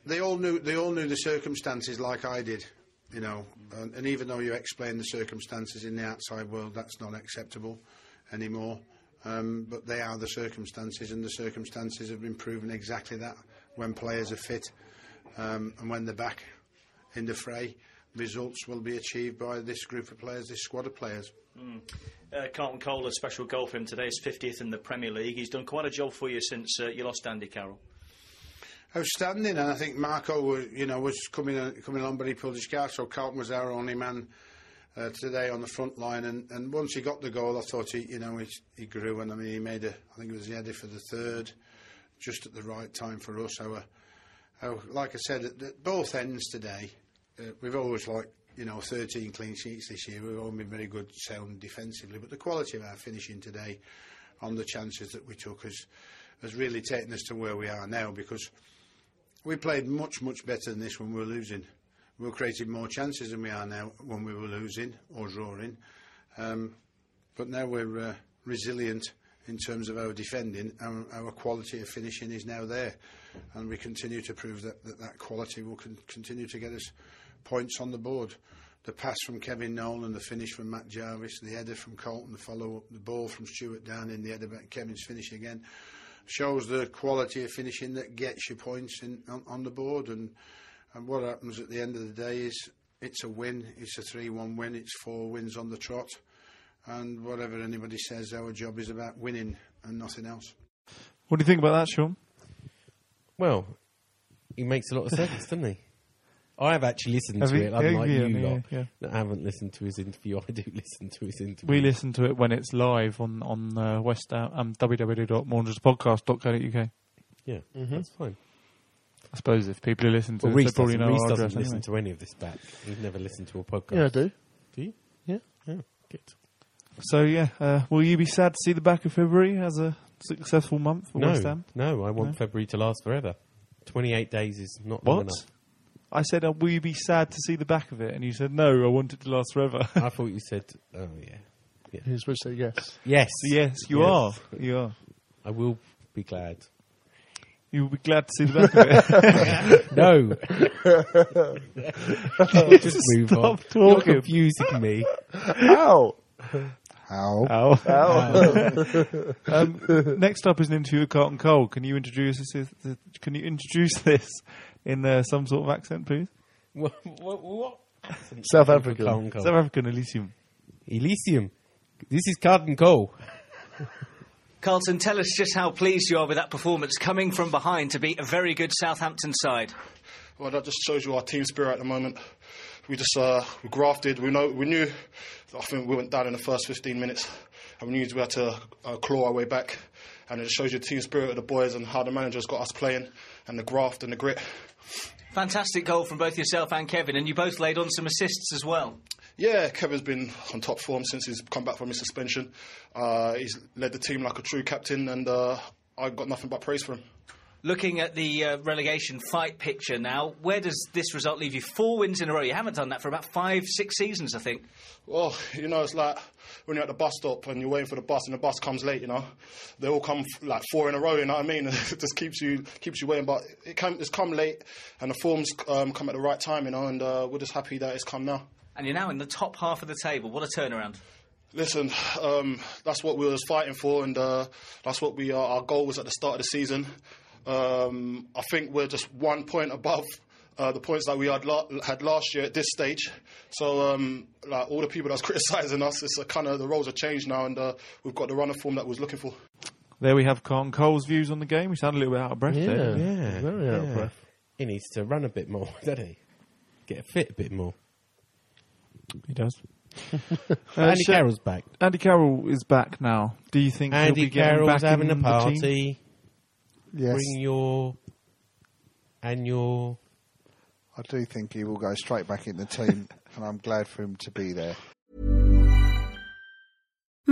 Speaker 7: they all knew they all knew the circumstances like I did. You know, and, and even though you explain the circumstances in the outside world, that's not acceptable anymore. Um, but they are the circumstances, and the circumstances have been proven exactly that when players are fit um, and when they're back in the fray, results will be achieved by this group of players, this squad of players.
Speaker 9: Mm. Uh, Carlton Cole, a special goal for him today. His 50th in the Premier League. He's done quite a job for you since uh, you lost Andy Carroll.
Speaker 7: Outstanding, and I think Marco, was, you know, was coming coming along, but he pulled his card. So Carlton was our only man uh, today on the front line, and, and once he got the goal, I thought he, you know, he, he grew, and I mean, he made a, I think it was the header for the third, just at the right time for us. Our, our like I said, at, at both ends today, uh, we've always like, you know, 13 clean sheets this year. We've all been very good, sound defensively, but the quality of our finishing today, on the chances that we took, has has really taken us to where we are now because we played much, much better than this when we were losing. we were creating more chances than we are now when we were losing or drawing. Um, but now we're uh, resilient in terms of our defending. Our, our quality of finishing is now there, and we continue to prove that that, that quality will con- continue to get us points on the board. The pass from Kevin Nolan, the finish from Matt Jarvis, the header from Colton, the follow up, the ball from Stuart Downing, the header back Kevin's finish again, shows the quality of finishing that gets you points in, on, on the board. And, and what happens at the end of the day is it's a win, it's a 3 1 win, it's four wins on the trot. And whatever anybody says, our job is about winning and nothing else.
Speaker 2: What do you think about that, Sean?
Speaker 4: Well, he makes a lot of sense, doesn't he? I have actually listened
Speaker 2: Have
Speaker 4: to
Speaker 2: you-
Speaker 4: it,
Speaker 2: have
Speaker 4: unlike
Speaker 2: you,
Speaker 4: you
Speaker 2: yeah,
Speaker 4: lot.
Speaker 2: yeah.
Speaker 4: that haven't listened to his interview. I do listen to his interview.
Speaker 2: We listen to it when it's live on on uh, West Ham, um, www.maundrerspodcast.co.uk.
Speaker 4: Yeah, that's fine.
Speaker 2: I suppose if people who listen to
Speaker 4: Well,
Speaker 2: it,
Speaker 4: Reece
Speaker 2: they probably
Speaker 4: doesn't,
Speaker 2: know
Speaker 4: Reece
Speaker 2: our
Speaker 4: doesn't
Speaker 2: address
Speaker 4: listen
Speaker 2: anyway.
Speaker 4: to any of this back. He's never listened to a podcast.
Speaker 3: Yeah, I do.
Speaker 4: Do you?
Speaker 3: Yeah.
Speaker 4: Yeah. Good.
Speaker 2: So yeah, uh, will you be sad to see the back of February as a successful month for
Speaker 4: no,
Speaker 2: West Ham?
Speaker 4: no, I want
Speaker 2: No?
Speaker 4: February to last forever. Twenty-eight days is not long
Speaker 2: What?
Speaker 4: enough.
Speaker 2: I said, uh, will you be sad to see the back of it? And you said, no, I want it to last forever.
Speaker 4: I thought you said, oh yeah,
Speaker 3: You're supposed to say yes.
Speaker 4: yes,
Speaker 2: yes, you
Speaker 4: Yes.
Speaker 2: are. You are.
Speaker 4: I will be glad.
Speaker 2: You'll be glad to see the back of it.
Speaker 4: No, just move on.
Speaker 2: Stop
Speaker 4: You're
Speaker 2: talking.
Speaker 4: confusing me.
Speaker 3: How?
Speaker 5: How?
Speaker 2: Ow.
Speaker 3: How?
Speaker 2: Oh.
Speaker 3: Oh.
Speaker 2: Um, next up is an interview with Carlton Cole. Can you introduce this? Can you introduce this in uh, some sort of accent, please?
Speaker 4: what? what, what? accent
Speaker 3: South
Speaker 4: for
Speaker 3: African.
Speaker 4: Colin Cole?
Speaker 2: South African Elysium.
Speaker 4: Elysium. This is Carden Cole.
Speaker 10: Carlton, tell us just how pleased you are with that performance coming from behind to beat a very good Southampton side.
Speaker 11: Well, that just shows you our team spirit at the moment. We just uh, we grafted. We know we knew. I think we went down in the first 15 minutes, and we knew we had to uh, claw our way back. And it shows you the team spirit of the boys and how the manager's got us playing, and the graft and the grit.
Speaker 10: Fantastic goal from both yourself and Kevin, and you both laid on some assists as well.
Speaker 11: Yeah, Kevin's been on top form since he's come back from his suspension. Uh, he's led the team like a true captain, and uh, I got nothing but praise for him.
Speaker 10: Looking at the uh, relegation fight picture now, where does this result leave you? Four wins in a row. You haven't done that for about five, six seasons, I think.
Speaker 11: Well, Oh, you know, it's like when you're at the bus stop and you're waiting for the bus and the bus comes late, you know. They all come f- like four in a row, you know what I mean? it just keeps you keeps you waiting. But it come, it's come late and the form's um, come at the right time, you know, and uh, we're just happy that it's come now.
Speaker 10: And you're now in the top half of the table. What a turnaround.
Speaker 11: Listen, um, that's what we was fighting for, and uh, that's what we uh, our goal was at the start of the season. Um, I think we're just one point above uh, the points that we had, la- had last year at this stage. So, um, like all the people that's criticising us, it's a kind of the roles have changed now, and uh, we've got the runner form that we was looking for.
Speaker 2: There we have Carlton Cole's views on the game. We sound a little bit out of breath. There.
Speaker 4: Yeah.
Speaker 3: Very out of breath.
Speaker 4: He needs to run a bit more, doesn't he? Get fit a bit more.
Speaker 2: he does. Uh,
Speaker 4: Andy
Speaker 2: so-
Speaker 4: Carroll's back.
Speaker 2: Andy Carroll is back now. Do you think he'll
Speaker 4: Andy
Speaker 2: be getting
Speaker 4: Carroll's
Speaker 2: back
Speaker 4: having a
Speaker 2: in the team?
Speaker 4: party.
Speaker 5: Yes.
Speaker 4: Bring your and your
Speaker 5: I do think he will go straight back in the team, and I'm glad for him to be there.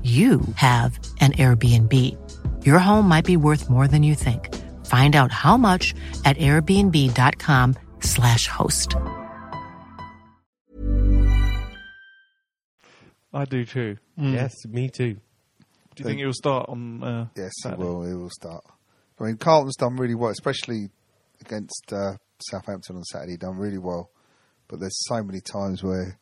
Speaker 12: you have an Airbnb. Your home might be worth more than you think. Find out how much at airbnb.com/slash host.
Speaker 2: I do too.
Speaker 5: Mm.
Speaker 4: Yes, me too.
Speaker 2: Do you think it will start on? Uh,
Speaker 5: yes, it will. It will start. I mean, Carlton's done really well, especially against uh, Southampton on Saturday. Done really well, but there's so many times where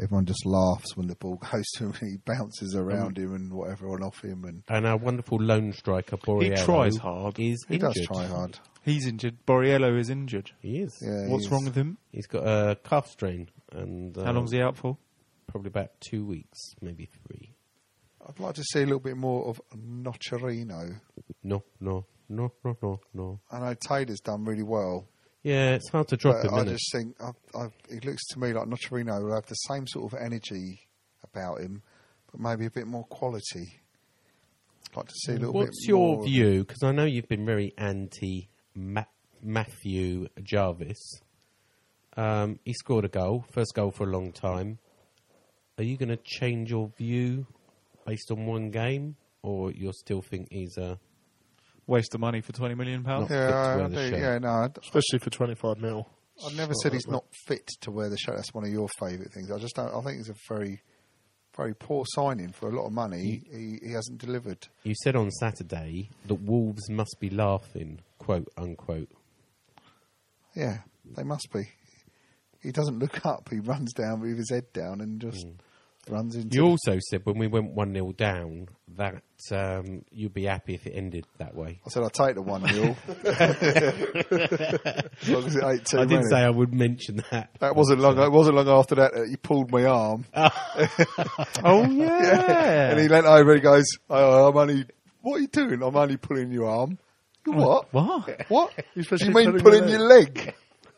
Speaker 5: everyone just laughs when the ball goes to him. and He bounces around him and whatever on off him, and
Speaker 4: And our wonderful lone striker, Borriello.
Speaker 2: tries hard.
Speaker 4: Is
Speaker 5: He does
Speaker 4: injured.
Speaker 5: try hard.
Speaker 2: He's injured. Borriello is injured.
Speaker 4: He is.
Speaker 2: What's wrong with him?
Speaker 4: He's got a calf strain. and um,
Speaker 2: How long's he out for?
Speaker 4: Probably about two weeks, maybe three.
Speaker 5: I'd like to see a little bit more of Nocerino.
Speaker 4: No, no, no, no, no, no.
Speaker 5: I know Taylor's done really well.
Speaker 4: Yeah, it's hard to drop
Speaker 5: but
Speaker 4: him,
Speaker 5: I
Speaker 4: isn't it?
Speaker 5: just think I, I, it looks to me like Nocerino will have the same sort of energy about him, but maybe a bit more quality. I'd like to see a little bit.
Speaker 4: What's your
Speaker 5: more-
Speaker 4: view? Because I know you've been very anti Ma- Matthew Jarvis. Um, he scored a goal, first goal for a long time. Are you going to change your view based on one game, or you will still think he's a
Speaker 2: waste of money for twenty million pounds?
Speaker 5: Yeah, I, I do. Yeah, no, I,
Speaker 3: especially for twenty-five mil.
Speaker 5: I
Speaker 3: Something
Speaker 5: never
Speaker 3: like
Speaker 5: said he's
Speaker 3: that.
Speaker 5: not fit to wear the shirt. That's one of your favourite things. I just don't. I think it's a very, very poor signing for a lot of money.
Speaker 4: Mm.
Speaker 5: He, he hasn't delivered.
Speaker 4: You said on Saturday that Wolves must be laughing, quote unquote.
Speaker 5: Yeah, they must be. He doesn't look up. He runs down with his head down and just runs into.
Speaker 4: Mm. You also said when we went 1 0 down that um, you'd be happy if it ended that way.
Speaker 5: I said I'll take the one nil. as long as it ain't too
Speaker 4: I did
Speaker 5: many.
Speaker 4: say I would mention that.
Speaker 5: That wasn't long. It wasn't long after that that he pulled my arm.
Speaker 4: oh
Speaker 5: yeah. and he leant over and goes, oh, "I'm only. What are you doing? I'm only pulling your arm. You what?
Speaker 2: Oh, What?
Speaker 5: What?
Speaker 2: especially
Speaker 5: you mean
Speaker 2: pulling
Speaker 5: pulling
Speaker 2: your
Speaker 5: your leg?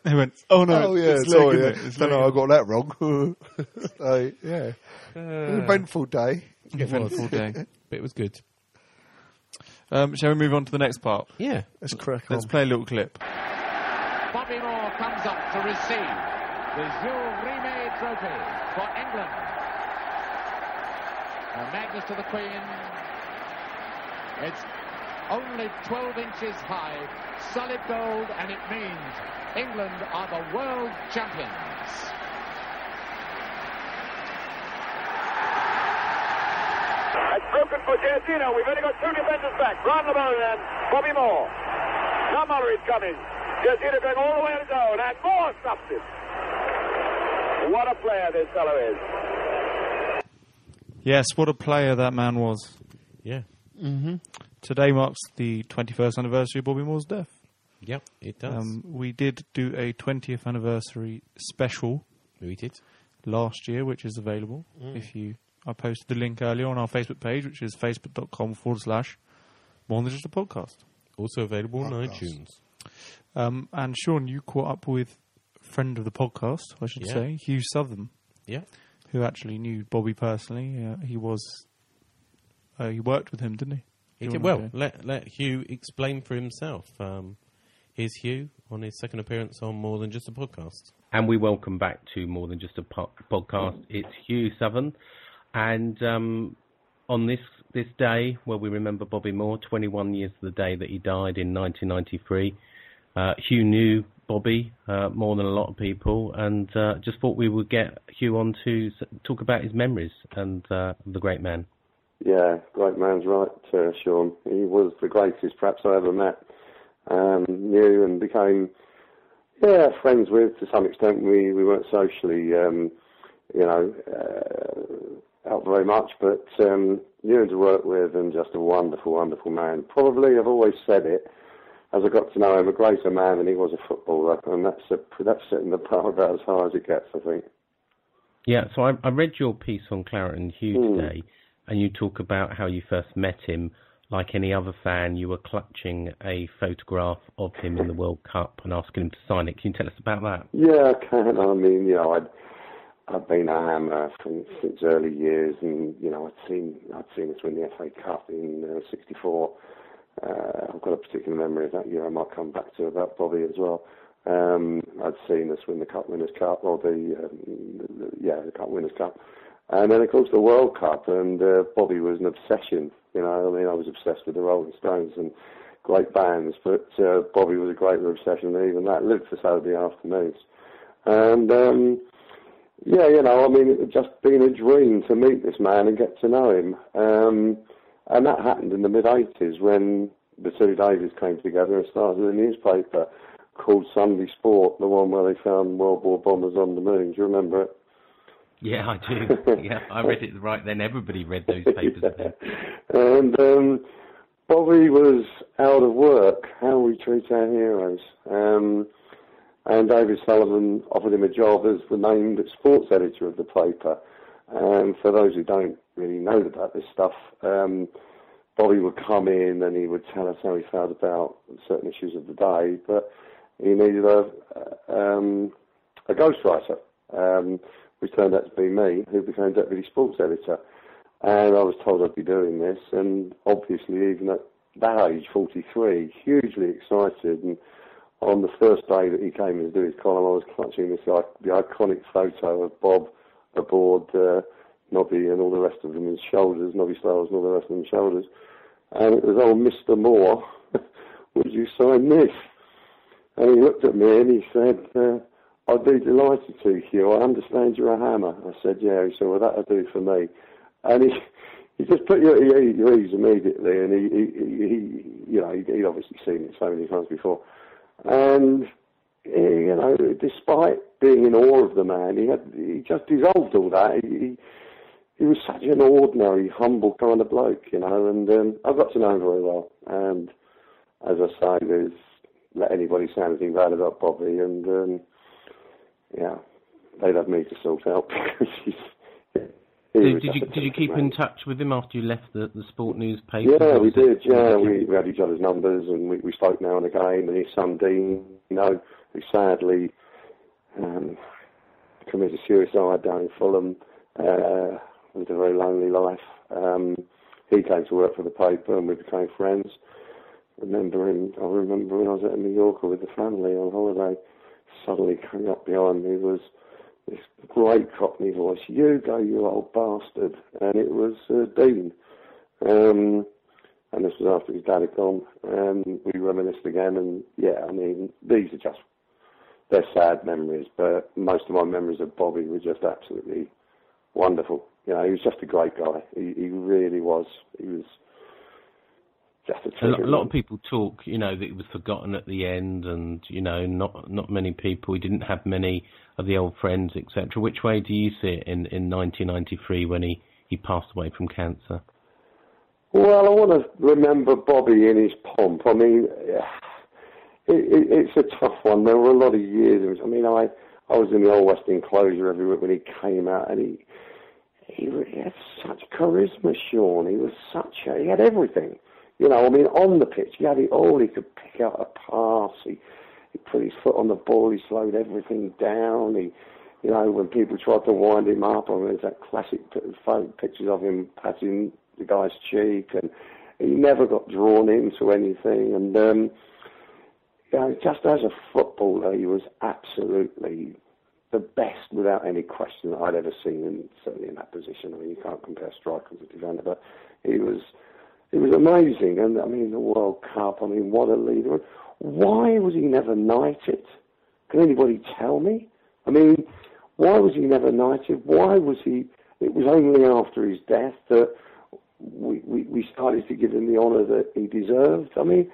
Speaker 2: He went. Oh no!
Speaker 5: oh yeah,
Speaker 2: it's
Speaker 5: sorry.
Speaker 2: leg,
Speaker 5: Yeah.
Speaker 2: isn't it? It's
Speaker 5: Don't
Speaker 2: leg.
Speaker 5: know. I got that wrong. so, yeah.
Speaker 2: Uh,
Speaker 5: It was an eventful day.
Speaker 2: Eventful day.
Speaker 4: But it was good.
Speaker 2: Um, shall we move on to the next part?
Speaker 4: Yeah.
Speaker 3: Let's crack
Speaker 2: Let's
Speaker 3: on.
Speaker 2: play a little clip.
Speaker 13: Bobby Moore comes up to receive the Jules Rimet Trophy for England. A Magnus to the Queen. It's only 12 inches high, solid gold, and it means England are the world champions.
Speaker 14: It's broken for Giacchino. We've only got two defenders back. Ron Lamone and Bobby Moore. Now Muller is coming. Giacchino going all the way to his own. And Moore stops him. What a player this fellow is.
Speaker 2: Yes, what a player that man was.
Speaker 4: Yeah.
Speaker 2: Mm-hmm. Today marks the 21st anniversary of Bobby Moore's death. Um,
Speaker 4: Yep, it does.
Speaker 2: we did do a 20th anniversary special.
Speaker 4: We did
Speaker 2: last year, which is available.
Speaker 4: Mm.
Speaker 2: If you, I posted the link earlier on our Facebook page, which is facebook.com forward slash more than just a podcast.
Speaker 4: Also available on
Speaker 2: Podcast.
Speaker 4: iTunes.
Speaker 2: Um, and Sean, you caught up with friend of the podcast, I should
Speaker 4: Yeah.
Speaker 2: say, Hugh Southern.
Speaker 4: Yeah.
Speaker 2: Who actually knew Bobby personally. Uh, he was, uh, he worked with him, didn't he?
Speaker 4: He
Speaker 2: You
Speaker 4: did
Speaker 2: remember
Speaker 4: well. Let let Hugh explain for himself. Um, here's Hugh on his second appearance on more than just a podcast.
Speaker 15: and we welcome back to more than just a po- podcast. It's Hugh Southern, and um, on this this day where we remember Bobby Moore, 21 years to the day that he died in 1993, uh, Hugh knew Bobby uh, more than a lot of people, and uh, just thought we would get Hugh on to s- talk about his memories and uh, the great man.
Speaker 16: Yeah, great man's right, uh, Sean. He was the greatest perhaps I ever met. Um, knew and became, yeah, friends with to some extent. We we weren't socially, um, you know, uh, out very much, but um, knew him to work with and just a wonderful, wonderful man. Probably, I've always said it, as I got to know him, a greater man than he was a footballer, and that's a, that's setting the bar about as high as it gets, I think.
Speaker 15: Yeah, so I, I read your piece on Claret and Hugh
Speaker 16: Hmm.
Speaker 15: today, and you talk about how you first met him. Like any other fan, you were clutching a photograph of him in the World Cup and asking him to sign it. Can you tell us about that?
Speaker 16: Yeah, I can. I mean, you know, I'd I'd been a hammer from since early years, and you know, I'd seen I'd seen us win the FA Cup in uh, '64, Uh, I've got a particular memory of that year. I might come back to about Bobby as well. Um, I'd seen us win the Cup Winners' Cup, or the, um, the yeah, the Cup Winners' Cup, and then of course the World Cup. And uh, Bobby was an obsession. You know, I mean, I was obsessed with the Rolling Stones and great bands, but uh, Bobby was a great obsession. And even that lived for Saturday afternoons, and. Um, yeah, you know, I mean, it had just been a dream to meet this man and get to know him. Um, and that happened in the mid 80s when the two Davies came together and started a newspaper called Sunday Sport, the one where they found World War bombers on the moon. Do you remember it?
Speaker 15: Yeah, I do. yeah, I read it right then. Everybody read those papers. then.
Speaker 16: And um, Bobby was out of work. How we treat our heroes. Um, and David Sullivan offered him a job as the named sports editor of the paper. And for those who don't really know about this stuff, um, Bobby would come in and he would tell us how he felt about certain issues of the day, but he needed a, um, a ghostwriter, um, which turned out to be me, who became deputy sports editor. And I was told I'd be doing this, and obviously, even at that age, 43, hugely excited and on the first day that he came in to do his column, I was clutching this the iconic photo of Bob aboard uh, Nobby and all the rest of them's shoulders, Nobby Styles and all the rest of them's shoulders, and it was, "Oh, Mr. Moore, would you sign this?" And he looked at me and he said, uh, "I'd be delighted to, Hugh. I understand you're a hammer." I said, "Yeah." He said, "Well, that'll do for me," and he. He just put you at your ease immediately, and he, he, he you know, he'd, he'd obviously seen it so many times before. And you know, despite being in awe of the man, he had he just dissolved all that. He he was such an ordinary, humble kind of bloke, you know. And um, I got to know him very well. And as I say, there's let anybody say anything bad about Bobby, and um, yeah, they'd have me to sort out because he's. he
Speaker 15: Did, did
Speaker 16: was just
Speaker 15: you
Speaker 16: a
Speaker 15: did you
Speaker 16: terrific
Speaker 15: keep
Speaker 16: man.
Speaker 15: in touch with him after you left the, the sport newspaper?
Speaker 16: Yeah,
Speaker 15: Or
Speaker 16: we
Speaker 15: was
Speaker 16: did.
Speaker 15: it-
Speaker 16: Yeah,
Speaker 15: was it-
Speaker 16: we, we had each other's numbers and we, we spoke now and again. And his son Dean, you know, who sadly um, committed suicide down in Fulham, uh, lived a very lonely life. Um, he came to work for the paper and we became friends. Remember him? I remember when I was out in New York with the family on holiday. Suddenly coming up behind me was this great Cockney voice, "You go, you old bastard!" And it was uh, Dean. Um, and this was after his dad had gone. Um, we reminisced again, and yeah, I mean, these are just they're sad memories, but most of my memories of Bobby were just absolutely wonderful. You know, he was just a great guy. He, he really was. He was just
Speaker 15: A
Speaker 16: a
Speaker 15: lot,
Speaker 16: treasure.
Speaker 15: a lot of people talk, you know, that it was forgotten at the end, and you know, not not many people. He didn't have many of the old friends, etc. Which way do you see it in in 1993 when he he passed away from cancer?
Speaker 16: Well, I want to remember Bobby in his pomp. I mean, eh, it, it, it's a tough one. There were a lot of years. in which- I mean, I I was in the old West enclosure every week when he came out, and he he really had such charisma, Sean. He was such a, he had everything. You know, I mean, on the pitch, he had it all. He could pick out a pass. He he put his foot on the ball. He slowed everything down. He you know, when people tried to wind him up, I mean, there's that classic p- photo pictures of him patting the guy's cheek, and he never got drawn into anything. And um, you know, just as a footballer, he was absolutely the best without any question that I'd ever seen, and certainly in that position. I mean, you can't compare striker to defender, but he was it was amazing. And I mean, the World Cup. I mean, what a leader! Why was he never knighted? Can anybody tell me? I mean, why was he never knighted? Why was he? It was only after his death that we, we, we started to give him the honour that he deserved. I mean,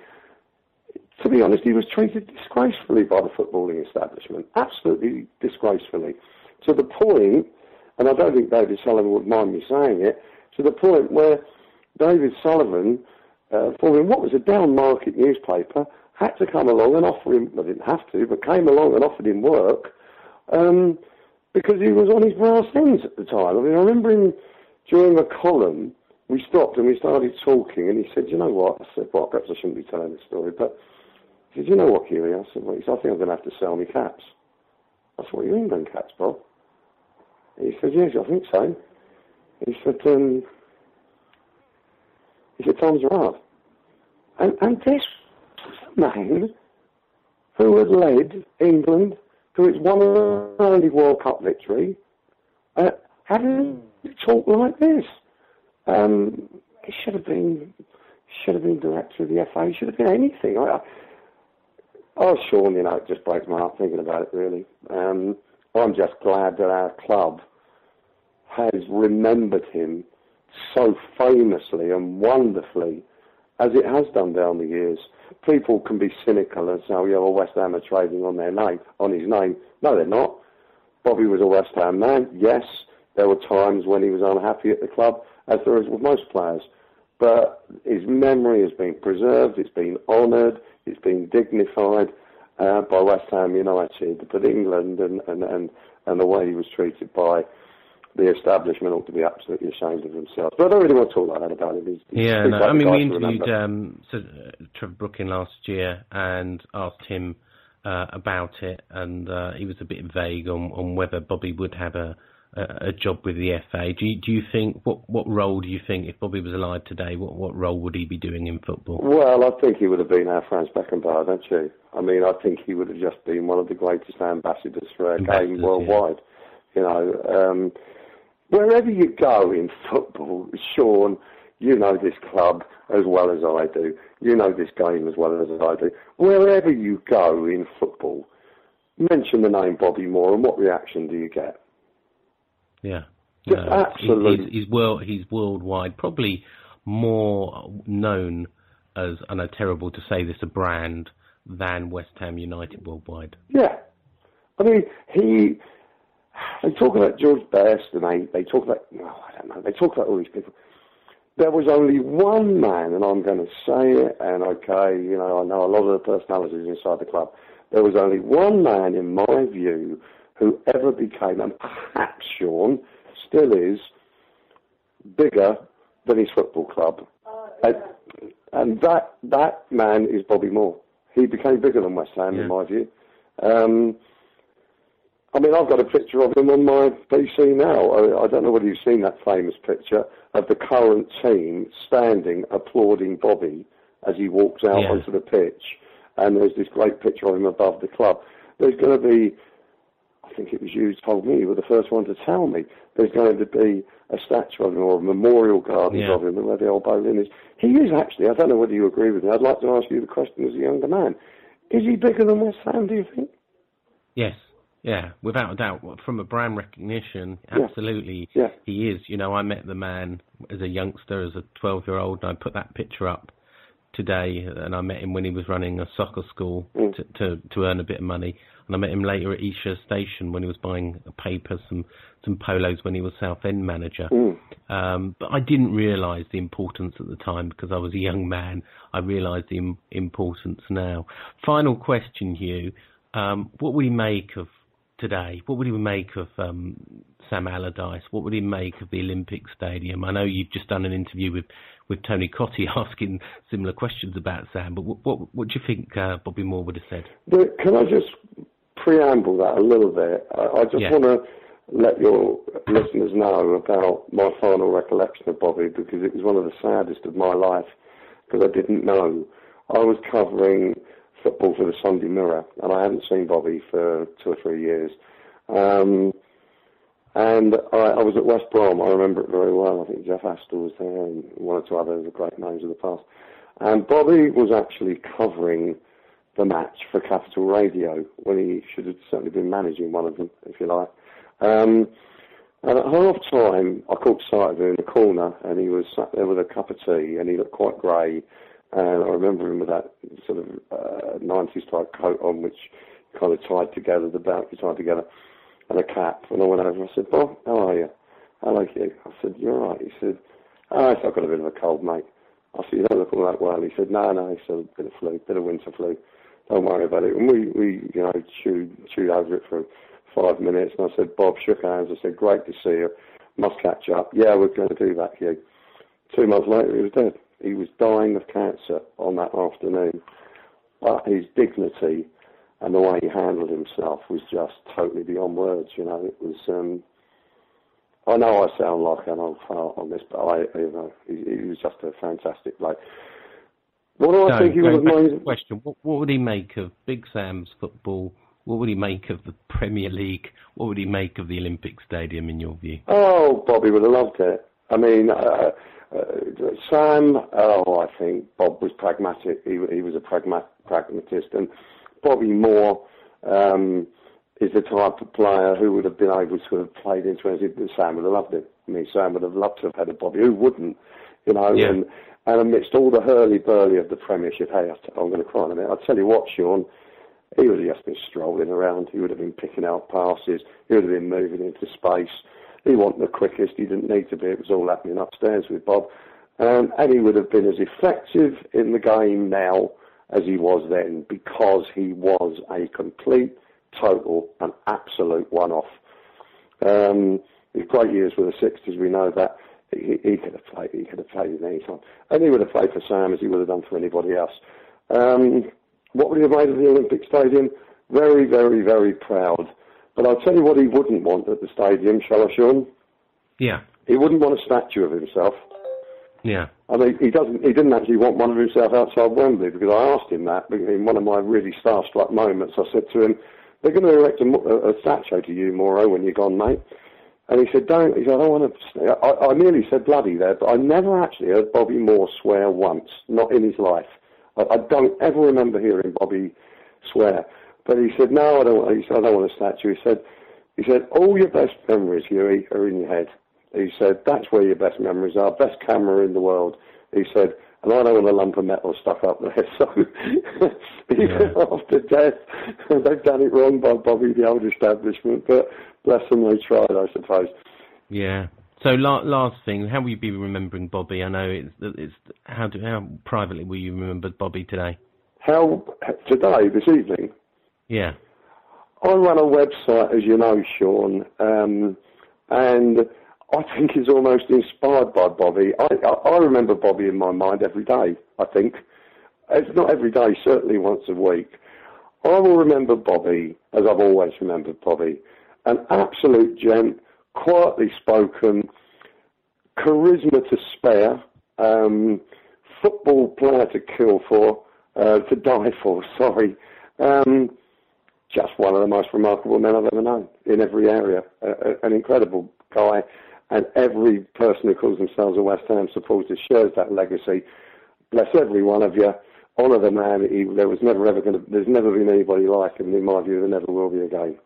Speaker 16: to be honest, he was treated disgracefully by the footballing establishment, absolutely disgracefully, to the point, and I don't think David Sullivan would mind me saying it, to the point where David Sullivan, uh, for him, what was a down market newspaper, had to come along and offer him, well, didn't have to, but came along and offered him work um, because he was on his brass ends at the time. I mean, I remember him during a column, we stopped and we started talking, and he said, You know what? I said, Well, perhaps I shouldn't be telling this story, but he said, You know what, Huey? I said, Well, he said, I think I'm going to have to sell me caps. I said, What, your England caps, Bob? He said, Yes, I think so. He said, um, He said, Times are hard. And, and this man who had led England to its one and only World Cup victory uh, hadn't talked like this. Um, it should have been should have been director of the FA, should have been anything. I, I, oh, Sean, you know, it just breaks my heart thinking about it, really. Um, I'm just glad that our club has remembered him so famously and wonderfully as it has done down the years. People can be cynical and say, oh, yeah, well, West Ham are trading on their name, on his name. No, they're not. Bobby was a West Ham man, yes. There were times when he was unhappy at the club, as there is with most players. But his memory has been preserved, it's been honoured, it's been dignified uh, by West Ham United, but England and, and, and, and the way he was treated by the establishment ought to be absolutely ashamed of themselves. But I don't really want to talk like that about it. He's,
Speaker 15: Yeah,
Speaker 16: he's
Speaker 15: no,
Speaker 16: like
Speaker 15: I
Speaker 16: the
Speaker 15: mean,
Speaker 16: guy
Speaker 15: we
Speaker 16: to
Speaker 15: interviewed
Speaker 16: remember.
Speaker 15: um, so, uh, Trevor Brookin last year and asked him uh, about it, and uh, he was a bit vague on, on whether Bobby would have a, a a job with the FA. Do you, do you think what what role do you think if Bobby was alive today, what what role would he be doing in football?
Speaker 16: Well, I think he would have been our Franz Beckenbauer, don't you? I mean, I think he would have just been one of the greatest ambassadors for our game worldwide. You know, um, wherever you go in football, Sean, you know this club as well as I do. You know this game as well as I do. Wherever you go in football, mention the name Bobby Moore, and what reaction do you get?
Speaker 15: Yeah,
Speaker 16: Just
Speaker 15: No, he-
Speaker 16: absolute-
Speaker 15: He's, he's world he's worldwide, probably more known as I know terrible to say this a brand than West Ham United worldwide.
Speaker 16: Yeah. I mean, he. They talk about George Best and they, they talk about. No, I don't know. They talk about all these people. There was only one man, and I'm going to say it, and okay, you know, I know a lot of the personalities inside the club. There was only one man, in my view, who ever became, and perhaps Sean still is, bigger than his football club. and, and that, that man is Bobby Moore. He became bigger than West Ham, in my view. Um, I mean, I've got a picture of him on my PC now. I, I don't know whether you've seen that famous picture of the current team standing applauding Bobby as he walks out
Speaker 15: Yeah.
Speaker 16: onto the pitch, and there's this great picture of him above the club. There's going to be, I think it was you who told me, you were the first one to tell me, there's going to be a statue of him or a memorial garden
Speaker 15: Yeah.
Speaker 16: of him where the old Bowlin is. He is actually, I don't know whether you agree with me, I'd like to ask you the question as a younger man. Is he bigger than West Ham, do you think?
Speaker 15: Yes, yeah, without a doubt. From a brand recognition,
Speaker 16: Yeah.
Speaker 15: absolutely,
Speaker 16: Yeah.
Speaker 15: he is. You know, I met the man as a youngster, as a 12 year old, and I put that picture up today, and I met him when he was running a soccer school
Speaker 16: Mm.
Speaker 15: to, to, to earn a bit of money. And I met him later at Esher Station when he was buying a paper, some, some polos when he was South End manager.
Speaker 16: Mm.
Speaker 15: Um, but I didn't realise the importance at the time because I was a young man. I realise the Im- importance now. Final question, Hugh. Um, what would he make of today? What would he make of um, Sam Allardyce? What would he make of the Olympic Stadium? I know you've just done an interview with, with Tony Cotti asking similar questions about Sam, but what, what, what do you think uh, Bobby Moore would have said?
Speaker 16: But can I just preamble that a little bit? I, I just
Speaker 15: Yeah.
Speaker 16: want to let your listeners know about my final recollection of Bobby because it was one of the saddest of my life because I didn't know. I was covering football for the Sunday Mirror and I hadn't seen Bobby for two or three years. Um, and I, I was at West Brom. I remember it very well. I think Jeff Astor was there and one or two others, the great names of the past. And Bobby was actually covering the match for Capital Radio when he should have certainly been managing one of them, if you like. Um, and at half time, I caught sight of him in the corner, and he was sat there with a cup of tea, and he looked quite grey. And I remember him with that sort of uh, 90s type coat on, which kind of tied together, the belt was tied together, and a cap. And I went over and I said, Bob, how are you? Hello, Hugh. I said, You're all right. He said, Oh, I said, I've got a bit of a cold, mate. I said, You don't look all that well. He said, No, no. He said, A bit of flu, bit of winter flu. Don't worry about it. And we, we you know, chewed, chewed over it for five minutes. And I said, Bob shook hands. I said, Great to see you. Must catch up. Yeah, we're going to do that, Hugh. Two months later, he was dead. He was dying of cancer on that afternoon. But his dignity and the way he handled himself was just totally beyond words. You know, it was. Um, I know I sound like an old fart on this, but I, you know, he, he was just a fantastic bloke. Well, I
Speaker 15: So,
Speaker 16: think he
Speaker 15: going
Speaker 16: was
Speaker 15: back to
Speaker 16: mine.
Speaker 15: the question. What, what would he make of Big Sam's football? What would he make of the Premier League? What would he make of the Olympic Stadium, in your view?
Speaker 16: Oh, Bobby would have loved it. I mean, uh, uh, Sam. Oh, I think Bob was pragmatic. He, he was a pragma- pragmatist, and Bobby Moore um, is the type of player who would have been able to have played into it. Sam would have loved it. I mean, Sam would have loved to have had a Bobby. Who wouldn't? You know,
Speaker 15: Yeah.
Speaker 16: and and amidst all the hurly burly of the Premiership, hey, I t- I'm going to cry in a minute. I tell you what, Sean. He would have just been strolling around. He would have been picking out passes. He would have been moving into space. He wasn't the quickest. He didn't need to be. It was all happening upstairs with Bob. Um, and he would have been as effective in the game now as he was then because he was a complete, total, and absolute one off. Um, his great years were the 60s, we know that. He, he could have played. He could have played at any time, and he would have played for Sam as he would have done for anybody else. Um, what would he have made of the Olympic Stadium? Very, very, very proud. But I'll tell you what he wouldn't want at the stadium, shall I, Sean?
Speaker 15: Yeah,
Speaker 16: He wouldn't want a statue of himself.
Speaker 15: yeah.
Speaker 16: I mean, he doesn't. He didn't actually want one of himself outside Wembley because I asked him that because in one of my really starstruck moments. I said to him, "They're going to erect a, mo- a, a statue to you, Moro, when you're gone, mate." And he said, "Don't." He said, "I don't want to." I, I merely said "bloody" there, but I never actually heard Bobby Moore swear once, not in his life. I, I don't ever remember hearing Bobby swear. But he said, "No, I don't." want-" He said, "I don't want a statue." He said, "He said all your best memories, Huey, are in your head." He said, "That's where your best memories are. Best camera in the world." He said, "And I don't want a lump of metal stuck up there." So even after death, they've done it wrong by Bobby, the old establishment. But bless them, they tried, I suppose.
Speaker 15: Yeah. So la- last thing, how will you be remembering Bobby? I know it's it's how do how privately will you remember Bobby today?
Speaker 16: How today, this evening,
Speaker 15: Yeah.
Speaker 16: I run a website, as you know, Sean, um, and I think it's almost inspired by Bobby. I, I, I remember Bobby in my mind every day, I think. It's not every day, certainly once a week. I will remember Bobby, as I've always remembered Bobby, an absolute gent, quietly spoken, charisma to spare, um, football player to kill for, uh, to die for, sorry. Um, just one of the most remarkable men I've ever known in every area. A, a- an incredible guy, and every person who calls themselves a West Ham supporter shares that legacy. Bless every one of you. Honour the man. He, there was never ever going to. There's never been anybody like him. In my view, there never will be again.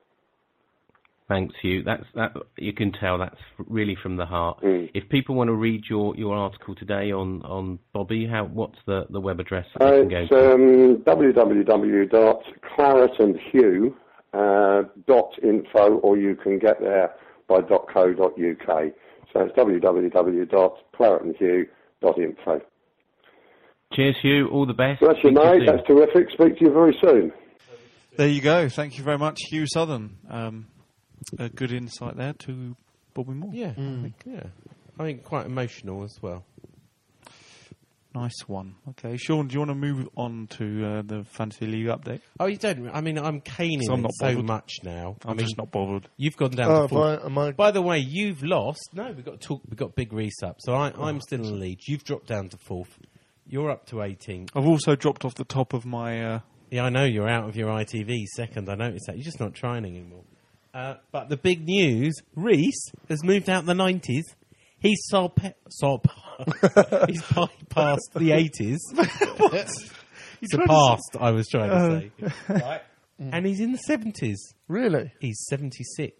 Speaker 15: Thanks, Hugh. That's that. You can tell that's really from the heart.
Speaker 16: Hmm.
Speaker 15: If people want to read your, your article today on, on Bobby, how what's the, the web address that
Speaker 16: Uh,
Speaker 15: they can go
Speaker 16: it's
Speaker 15: to?
Speaker 16: um, www.claretandhugh, uh, dot info, or you can get there by dot co dot uk. So it's www.claretandhugh.info.
Speaker 15: Cheers, Hugh. All the best.
Speaker 16: Bless you,
Speaker 15: Speak to you
Speaker 16: mate.
Speaker 15: soon.
Speaker 16: That's terrific. Speak to you very soon.
Speaker 2: There you go. Thank you very much, Hugh Southern. Um, a good insight there to Bobby Moore. Mm.
Speaker 4: Yeah, I think, yeah. I think quite emotional as well.
Speaker 2: Nice one. Okay, Sean, do you want to move on to uh, the Fantasy League update?
Speaker 4: Oh, you don't. I mean, I'm caning
Speaker 2: So I'm
Speaker 4: it
Speaker 2: not
Speaker 4: so
Speaker 2: bothered.
Speaker 4: much now.
Speaker 2: I'm
Speaker 4: I mean,
Speaker 2: just not bothered.
Speaker 4: You've gone down.
Speaker 2: Oh,
Speaker 4: to four-
Speaker 2: have I- am
Speaker 4: By the way, you've lost. No, we've got to talk. We've got big race up. So I, I'm still in the lead. You've dropped down to fourth. You're up to 18.
Speaker 2: I've also dropped off the top of my. Uh,
Speaker 4: Yeah, I know you're out of your ITV second. I noticed that. You're just not trying anymore. Uh, but the big news Reese has moved out the 90s. He's sarp- sarp- he's pi- past the 80s.
Speaker 3: You
Speaker 4: It's a
Speaker 3: tried to
Speaker 4: past,
Speaker 3: say-
Speaker 4: I was trying to
Speaker 3: Oh.
Speaker 4: say. Right?
Speaker 5: Mm.
Speaker 4: And he's in the 70s.
Speaker 3: Really?
Speaker 4: He's 76.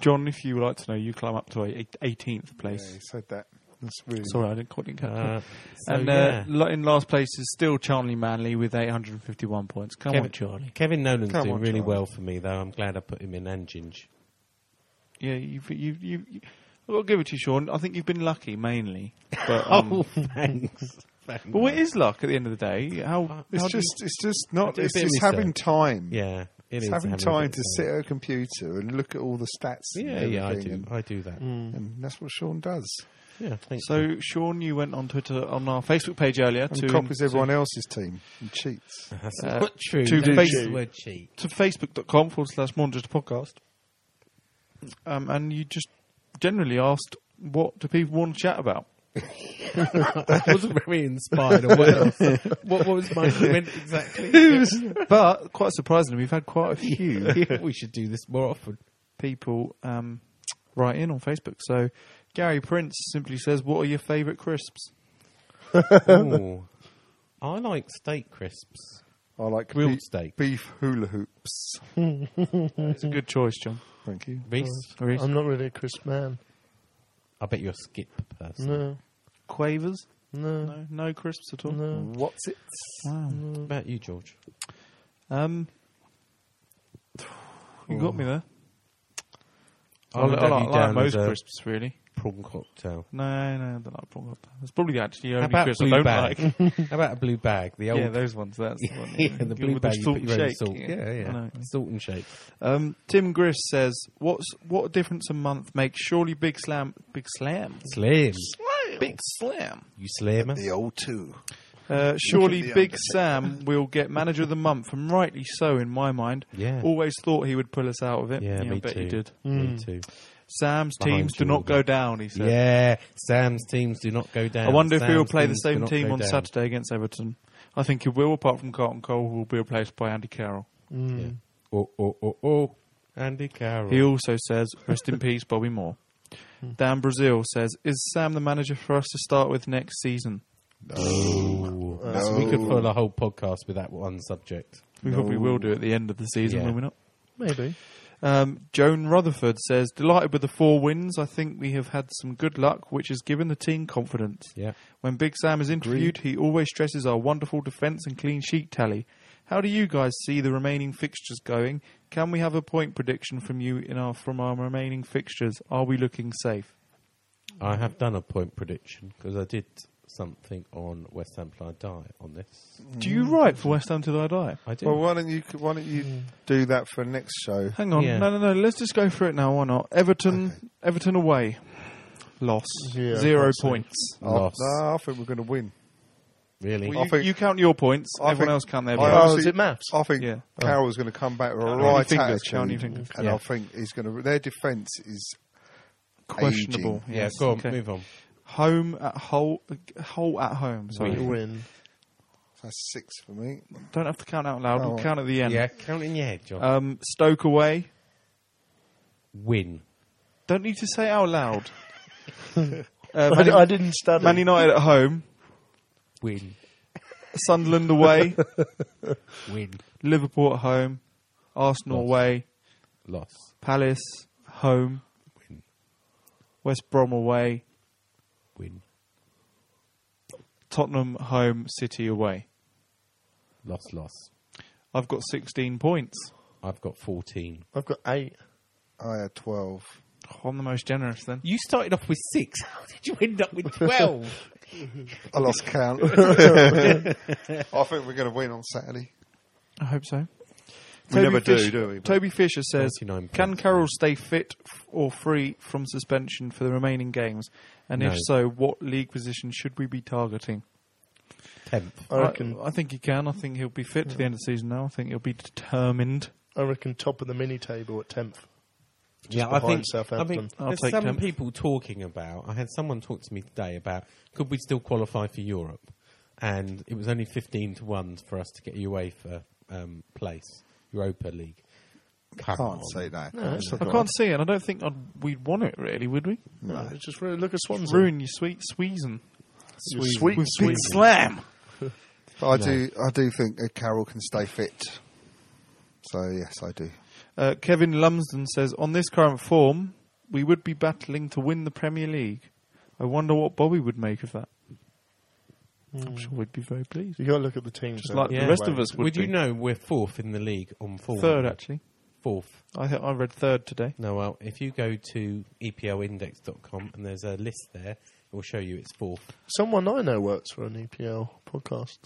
Speaker 2: John, if you would like to know, you climb up to a eighteenth place.
Speaker 5: Yeah, he said that. That's really.
Speaker 2: Sorry, I didn't quite didn't catch
Speaker 4: Uh,
Speaker 2: that.
Speaker 4: so,
Speaker 2: and
Speaker 4: yeah.
Speaker 2: uh, lo- in last place is still Charlie Manley with 851 points. Come
Speaker 4: Kevin,
Speaker 2: on, Charlie.
Speaker 4: Kevin Nolan's
Speaker 2: Come
Speaker 4: doing
Speaker 2: on, Charlie.
Speaker 4: really well for me, though. I'm glad I put him in and Ginge.
Speaker 2: Yeah, you, you, you, you, I'll give it to you, Sean. I think you've been lucky mainly. But, um,
Speaker 4: Oh, thanks. Thanks.
Speaker 2: Well, it is luck at the end of the day. How
Speaker 5: It's
Speaker 2: how do you-
Speaker 5: just, it's just not.
Speaker 2: do a
Speaker 5: It's
Speaker 2: bit of
Speaker 5: just
Speaker 2: research.
Speaker 5: having time.
Speaker 4: Yeah, it
Speaker 5: it's
Speaker 4: is
Speaker 5: having,
Speaker 4: having a bit
Speaker 5: time
Speaker 4: of
Speaker 5: to sit at a computer and look at all the stats.
Speaker 4: Yeah,
Speaker 5: and
Speaker 4: yeah, I
Speaker 5: everything
Speaker 4: do.
Speaker 5: and-
Speaker 4: I do that.
Speaker 5: and that's what Sean does.
Speaker 4: Yeah,
Speaker 2: so, Sean, you went on Twitter on our Facebook page earlier
Speaker 5: And
Speaker 2: to
Speaker 5: copies
Speaker 2: to-
Speaker 5: everyone else's team and cheats.
Speaker 4: That's
Speaker 2: uh,
Speaker 4: not true.
Speaker 2: To,
Speaker 4: Don't
Speaker 2: face-
Speaker 4: use the word cheat.
Speaker 2: to facebook.com forward slash Maunders podcast. Um, and you just generally asked, what do people want to chat about?
Speaker 4: I wasn't very inspired. Or what, else? what, what was my comment exactly?
Speaker 2: but quite surprisingly, we've had quite a few.
Speaker 4: Yeah, we should do this more often.
Speaker 2: People um, write in on Facebook. So Gary Prince simply says, "What are your favourite crisps?"
Speaker 4: Ooh. I like steak crisps.
Speaker 5: I like
Speaker 4: grilled
Speaker 5: be-
Speaker 4: steak.
Speaker 5: Beef hula hoops.
Speaker 2: It's a good choice, John.
Speaker 5: Thank you.
Speaker 4: Reese?
Speaker 2: Reese?
Speaker 3: I'm not really a crisp man.
Speaker 4: I bet you're a skip person.
Speaker 3: No.
Speaker 2: Quavers?
Speaker 3: No.
Speaker 2: No, no crisps at all.
Speaker 3: No.
Speaker 5: What's it?
Speaker 2: Wow.
Speaker 4: What about you, George?
Speaker 2: Um, you got me there.
Speaker 4: I
Speaker 2: I, li-
Speaker 4: would
Speaker 2: I
Speaker 4: have
Speaker 2: like,
Speaker 4: you
Speaker 2: I like
Speaker 4: down
Speaker 2: most
Speaker 4: as a
Speaker 2: crisps, really.
Speaker 4: Prawn cocktail.
Speaker 2: No, no, I don't like prawn cocktail. It's probably actually the
Speaker 4: How
Speaker 2: only
Speaker 4: about
Speaker 2: crisp I
Speaker 4: blue
Speaker 2: don't
Speaker 4: bag?
Speaker 2: like.
Speaker 4: How about a blue bag? The old
Speaker 2: yeah, those ones. That's the one.
Speaker 4: yeah, the blue
Speaker 2: With
Speaker 4: bag.
Speaker 2: salt and
Speaker 4: you put your own
Speaker 2: shake.
Speaker 4: salt. Yeah, yeah.
Speaker 2: I know.
Speaker 4: Salt and shake.
Speaker 2: Um, Tim Griff says, "What's what difference a month makes? Surely Big Slam, Big Slam,
Speaker 4: Slim.
Speaker 2: Big Slam.
Speaker 4: You slammer.
Speaker 5: The old two.
Speaker 2: Uh, surely
Speaker 5: The
Speaker 2: Big
Speaker 5: Undertaker.
Speaker 2: Sam will get Manager of the Month, and rightly so, in my mind.
Speaker 4: Yeah.
Speaker 2: Always thought he would pull us out of it.
Speaker 4: Yeah,
Speaker 2: I
Speaker 4: me
Speaker 2: bet
Speaker 4: too.
Speaker 2: he did.
Speaker 4: Me too.
Speaker 2: Sam's
Speaker 4: Behind
Speaker 2: teams do
Speaker 4: you all
Speaker 2: not
Speaker 4: day.
Speaker 2: go down. He said.
Speaker 4: Yeah, Sam's teams do not go down.
Speaker 2: I wonder if he will
Speaker 4: Sam's
Speaker 2: play the
Speaker 4: teams do
Speaker 2: same
Speaker 4: not
Speaker 2: team
Speaker 4: go
Speaker 2: on
Speaker 4: down.
Speaker 2: Saturday against Everton. I think he will, apart from Carlton Cole, who will be replaced by Andy Carroll.
Speaker 4: Yeah. Oh, oh, oh, oh. Andy Carroll. Hmm.
Speaker 2: He also says, "Rest in peace, Bobby Moore." Dan Brazil says, "Is Sam the manager for us to start with next season?"
Speaker 4: Oh. So we could fill a whole podcast with that one subject.
Speaker 2: We probably will do at the end of the season,
Speaker 4: Yeah.
Speaker 2: will we not?
Speaker 3: Maybe.
Speaker 2: Um, Joan Rutherford says, "Delighted with the four wins. I think we have had some good luck, which has given the team confidence.
Speaker 4: Yeah.
Speaker 2: When Big Sam is interviewed, he always stresses our wonderful defence and clean sheet tally. How do you guys see the remaining fixtures going? Can we have a point prediction from you in our from our remaining fixtures? Are we looking safe?"
Speaker 4: I have done a point prediction because I did something on West Ham Till I Die on this.
Speaker 2: Do you write for West Ham till I die?
Speaker 4: Mm. I did.
Speaker 5: Well, why don't you why don't you do that for next show?
Speaker 2: Hang on,
Speaker 4: Yeah.
Speaker 2: no, no, no. Let's just go through it now. Why not? Everton, Everton away, loss,
Speaker 3: Yeah,
Speaker 2: zero
Speaker 3: that's it.
Speaker 2: points.
Speaker 5: I-
Speaker 4: Loss.
Speaker 5: Oh, no, I think we're going to win.
Speaker 4: really?
Speaker 2: Well,
Speaker 5: I
Speaker 2: you,
Speaker 5: think-
Speaker 2: you count your points.
Speaker 5: I
Speaker 2: everyone
Speaker 5: think-
Speaker 2: else count their
Speaker 5: I
Speaker 2: points.
Speaker 5: honestly-
Speaker 3: is it maths?
Speaker 5: I think
Speaker 2: Yeah.
Speaker 5: Carroll's going to come back with a
Speaker 2: your
Speaker 5: right
Speaker 2: fingers,
Speaker 5: attitude,
Speaker 2: count your fingers.
Speaker 5: and
Speaker 4: Yeah.
Speaker 5: I think he's going to. Their defence is
Speaker 2: questionable.
Speaker 5: Aging.
Speaker 4: yeah,
Speaker 2: Yes.
Speaker 4: go on,
Speaker 2: okay.
Speaker 4: move on.
Speaker 2: Home at Hull, Hull at home. Sorry,
Speaker 3: We win.
Speaker 5: That's six for me.
Speaker 2: don't have to count out loud.
Speaker 5: Oh.
Speaker 2: We'll count at the end.
Speaker 4: Yeah, count in your head, John.
Speaker 2: Um, Stoke away.
Speaker 4: Win.
Speaker 2: Don't need to say it out loud. uh,
Speaker 3: I,
Speaker 2: Man,
Speaker 3: d- I didn't study.
Speaker 2: Man United at home.
Speaker 4: Win.
Speaker 2: Sunderland away.
Speaker 4: Win.
Speaker 2: Liverpool at home. Arsenal
Speaker 4: Loss.
Speaker 2: away.
Speaker 4: Loss.
Speaker 2: Palace home.
Speaker 4: Win.
Speaker 2: West Brom away.
Speaker 4: Win.
Speaker 2: Tottenham home. City away.
Speaker 4: Loss, loss.
Speaker 2: I've got 16 points.
Speaker 4: I've got 14.
Speaker 3: I've got eight.
Speaker 5: I had twelve.
Speaker 2: Oh, I'm the most generous then.
Speaker 4: You started off with six. How did you end up with 12?
Speaker 5: I lost count. I think we're going to win on Saturday.
Speaker 2: I hope so.
Speaker 5: We never do, do we? But-
Speaker 2: Toby Fisher says,
Speaker 4: 39
Speaker 2: "Can
Speaker 4: points.
Speaker 2: Carroll stay fit f- or free from suspension for the remaining games? And if
Speaker 4: No.
Speaker 2: so, what league position should we be targeting?"
Speaker 4: 10th.
Speaker 3: I reckon.
Speaker 2: I, think he can. I think he'll be fit to the end of the season. Now I think he'll be determined.
Speaker 3: I reckon top of the mini table at tenth.
Speaker 4: yeah, I
Speaker 3: behind
Speaker 4: think, I
Speaker 3: Southampton.
Speaker 4: think
Speaker 2: I'll
Speaker 4: there's
Speaker 2: take
Speaker 4: some
Speaker 2: 10th.
Speaker 4: people talking about. I had someone talk to me today about could we still qualify for Europe? And it was only 15 to 1 for us to get UEFA um, place, Europa League. Come
Speaker 5: Can't
Speaker 4: on.
Speaker 5: say that.
Speaker 3: that's not
Speaker 2: I can't see it. and I don't think I'd, we'd want it really, would we?
Speaker 3: No, it's just really look at Swansea.
Speaker 2: Ruin your sweet Sweezen.
Speaker 3: Your sweet
Speaker 2: With big
Speaker 3: Sweezen.
Speaker 2: slam.
Speaker 5: But I do. I do think that Carroll can stay fit. So yes, I do.
Speaker 2: Uh, Kevin Lumsden says, "On this current form, we would be battling to win the Premier League. I wonder what Bobby would make of that.
Speaker 4: Hmm.
Speaker 2: I'm sure we'd be very pleased."
Speaker 3: You got to look at the teams.
Speaker 2: Just
Speaker 3: though.
Speaker 2: like the rest of us would,
Speaker 4: Would you
Speaker 2: be.
Speaker 4: know we're fourth in the league on form?
Speaker 2: Third, actually.
Speaker 4: Fourth.
Speaker 2: I th- I read third today.
Speaker 4: No, well, if you go to E EPLindex.com and there's a list there, it will show you it's fourth.
Speaker 3: Someone I know works for an EPL podcast.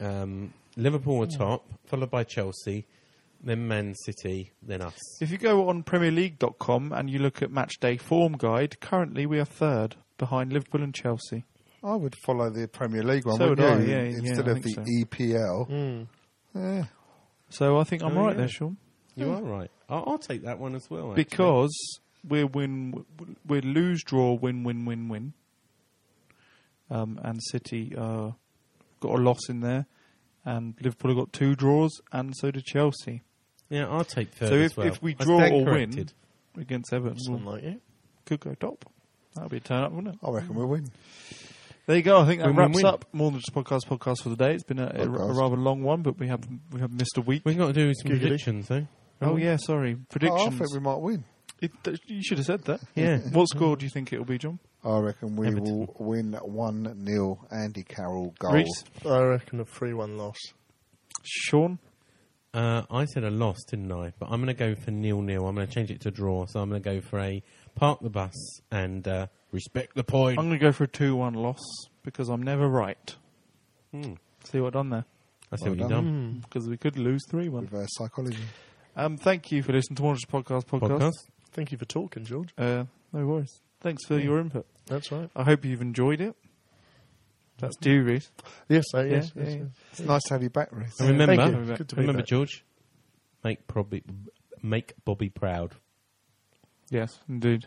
Speaker 4: Um, Liverpool are top, followed by Chelsea, then Man City, then us.
Speaker 2: If you go on PremierLeague.com and you look at match day form guide, currently we are third behind Liverpool and Chelsea.
Speaker 5: I would follow the Premier League one.
Speaker 2: So
Speaker 5: would
Speaker 2: would I,
Speaker 5: you?
Speaker 2: yeah, yeah,
Speaker 5: Instead
Speaker 2: I
Speaker 5: of
Speaker 2: think
Speaker 5: the E
Speaker 2: so.
Speaker 5: EPL. Yeah.
Speaker 2: So I think I'm
Speaker 4: Oh,
Speaker 2: right
Speaker 4: yeah.
Speaker 2: there, Sean,
Speaker 3: Hmm.
Speaker 4: You are right. I'll, I'll take that one as well. actually.
Speaker 2: because we are win, we are lose, draw, win, win, win, win. um, and City uh, got a loss in there, and Liverpool got two draws, and so did Chelsea.
Speaker 4: Yeah, I'll take third
Speaker 2: So if,
Speaker 4: as well.
Speaker 2: if we
Speaker 4: I
Speaker 2: draw
Speaker 4: stand
Speaker 2: or
Speaker 4: corrected.
Speaker 2: win against Everton,
Speaker 3: Sound
Speaker 2: we'll-
Speaker 3: like it.
Speaker 2: could go top. That'd be a turn up, wouldn't it?
Speaker 5: I reckon we'll win.
Speaker 2: There you go. I think that
Speaker 5: Win, win,
Speaker 2: wraps
Speaker 5: win.
Speaker 2: up more than just podcast podcast for the day. It's been a, a
Speaker 5: Podcast.
Speaker 2: rather long one, but we have we have missed a week.
Speaker 4: We've got to do some
Speaker 2: Giggity.
Speaker 4: predictions, eh?
Speaker 2: Oh yeah, sorry, predictions.
Speaker 5: Oh, I think we might win.
Speaker 2: It, th- you should have said that.
Speaker 5: Yeah.
Speaker 2: what score do you think it'll be, John?
Speaker 5: I reckon we will win 1 0 Andy Carroll goal.
Speaker 2: Reece?
Speaker 3: I reckon a 3 1 loss.
Speaker 2: Sean?
Speaker 4: Uh, I said a loss, didn't I? But I'm going to go for nil nil. I'm going to change it to draw. So I'm going to go for a park the bus and uh, respect the point.
Speaker 2: I'm going to go for a two-one loss because I'm never right. See what I've done there.
Speaker 4: Hmm. I see Well what you've done. done.
Speaker 2: Because we could lose three-one.
Speaker 5: Reverse psychology.
Speaker 2: Um, thank you for listening to Wanderers Podcast. Podcast.
Speaker 3: Thank you for talking, George.
Speaker 2: Uh, no worries. Thanks for
Speaker 3: Yeah.
Speaker 2: your input.
Speaker 3: That's right.
Speaker 2: I hope you've enjoyed it. That's
Speaker 4: Mm-hmm.
Speaker 2: due, Reese.
Speaker 3: Yes, uh, yes, yes, yes.
Speaker 5: It's nice to have you back, Reece.
Speaker 4: And remember,
Speaker 2: Thank you. Good to be
Speaker 4: remember,
Speaker 2: back.
Speaker 4: George, make probably make Bobby proud.
Speaker 2: Yes, indeed.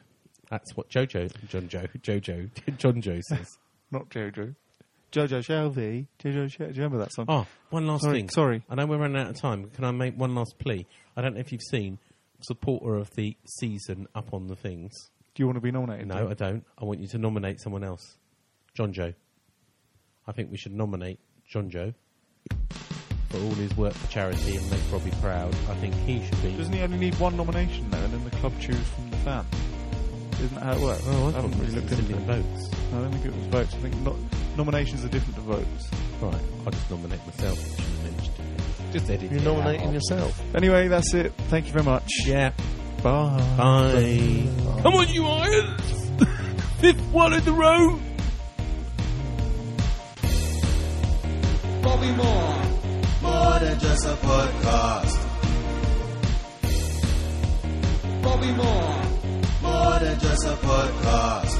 Speaker 4: That's what Jojo, John Joe, Jojo, John Joe says.
Speaker 2: Not Jojo. Jojo Shelby. Jojo Shelby. Do you remember that song?
Speaker 4: Oh, one last
Speaker 2: Sorry,
Speaker 4: thing.
Speaker 2: Sorry.
Speaker 4: I know we're running out of time. Can I make one last plea? I don't know if you've seen supporter of the season up on the things.
Speaker 2: Do you want to be nominated?
Speaker 4: No, I don't. I want you to nominate someone else. John Joe. I think we should nominate John Joe for all his work for charity and make Robbie proud. I think he should be.
Speaker 2: Doesn't he only need one nomination though, and then the club choose from the fan? Isn't that how it works?
Speaker 4: Oh, I thought
Speaker 2: haven't
Speaker 4: it
Speaker 2: really
Speaker 4: was
Speaker 2: looked
Speaker 4: just
Speaker 2: into
Speaker 4: in
Speaker 2: it.
Speaker 4: votes.
Speaker 2: No, I don't think it was votes. I think not, nominations are different to votes.
Speaker 4: Right, I'll just nominate myself. I should have mentioned it. Just edit
Speaker 2: You're
Speaker 4: it
Speaker 2: nominating
Speaker 4: out.
Speaker 2: yourself. Anyway, that's it. Thank you very much.
Speaker 4: Yeah.
Speaker 2: Bye.
Speaker 4: Bye. Come on, you Irons! Fifth one in the row!
Speaker 1: Bobby Moore. More than just a podcast. Bobby Moore. More than just a podcast.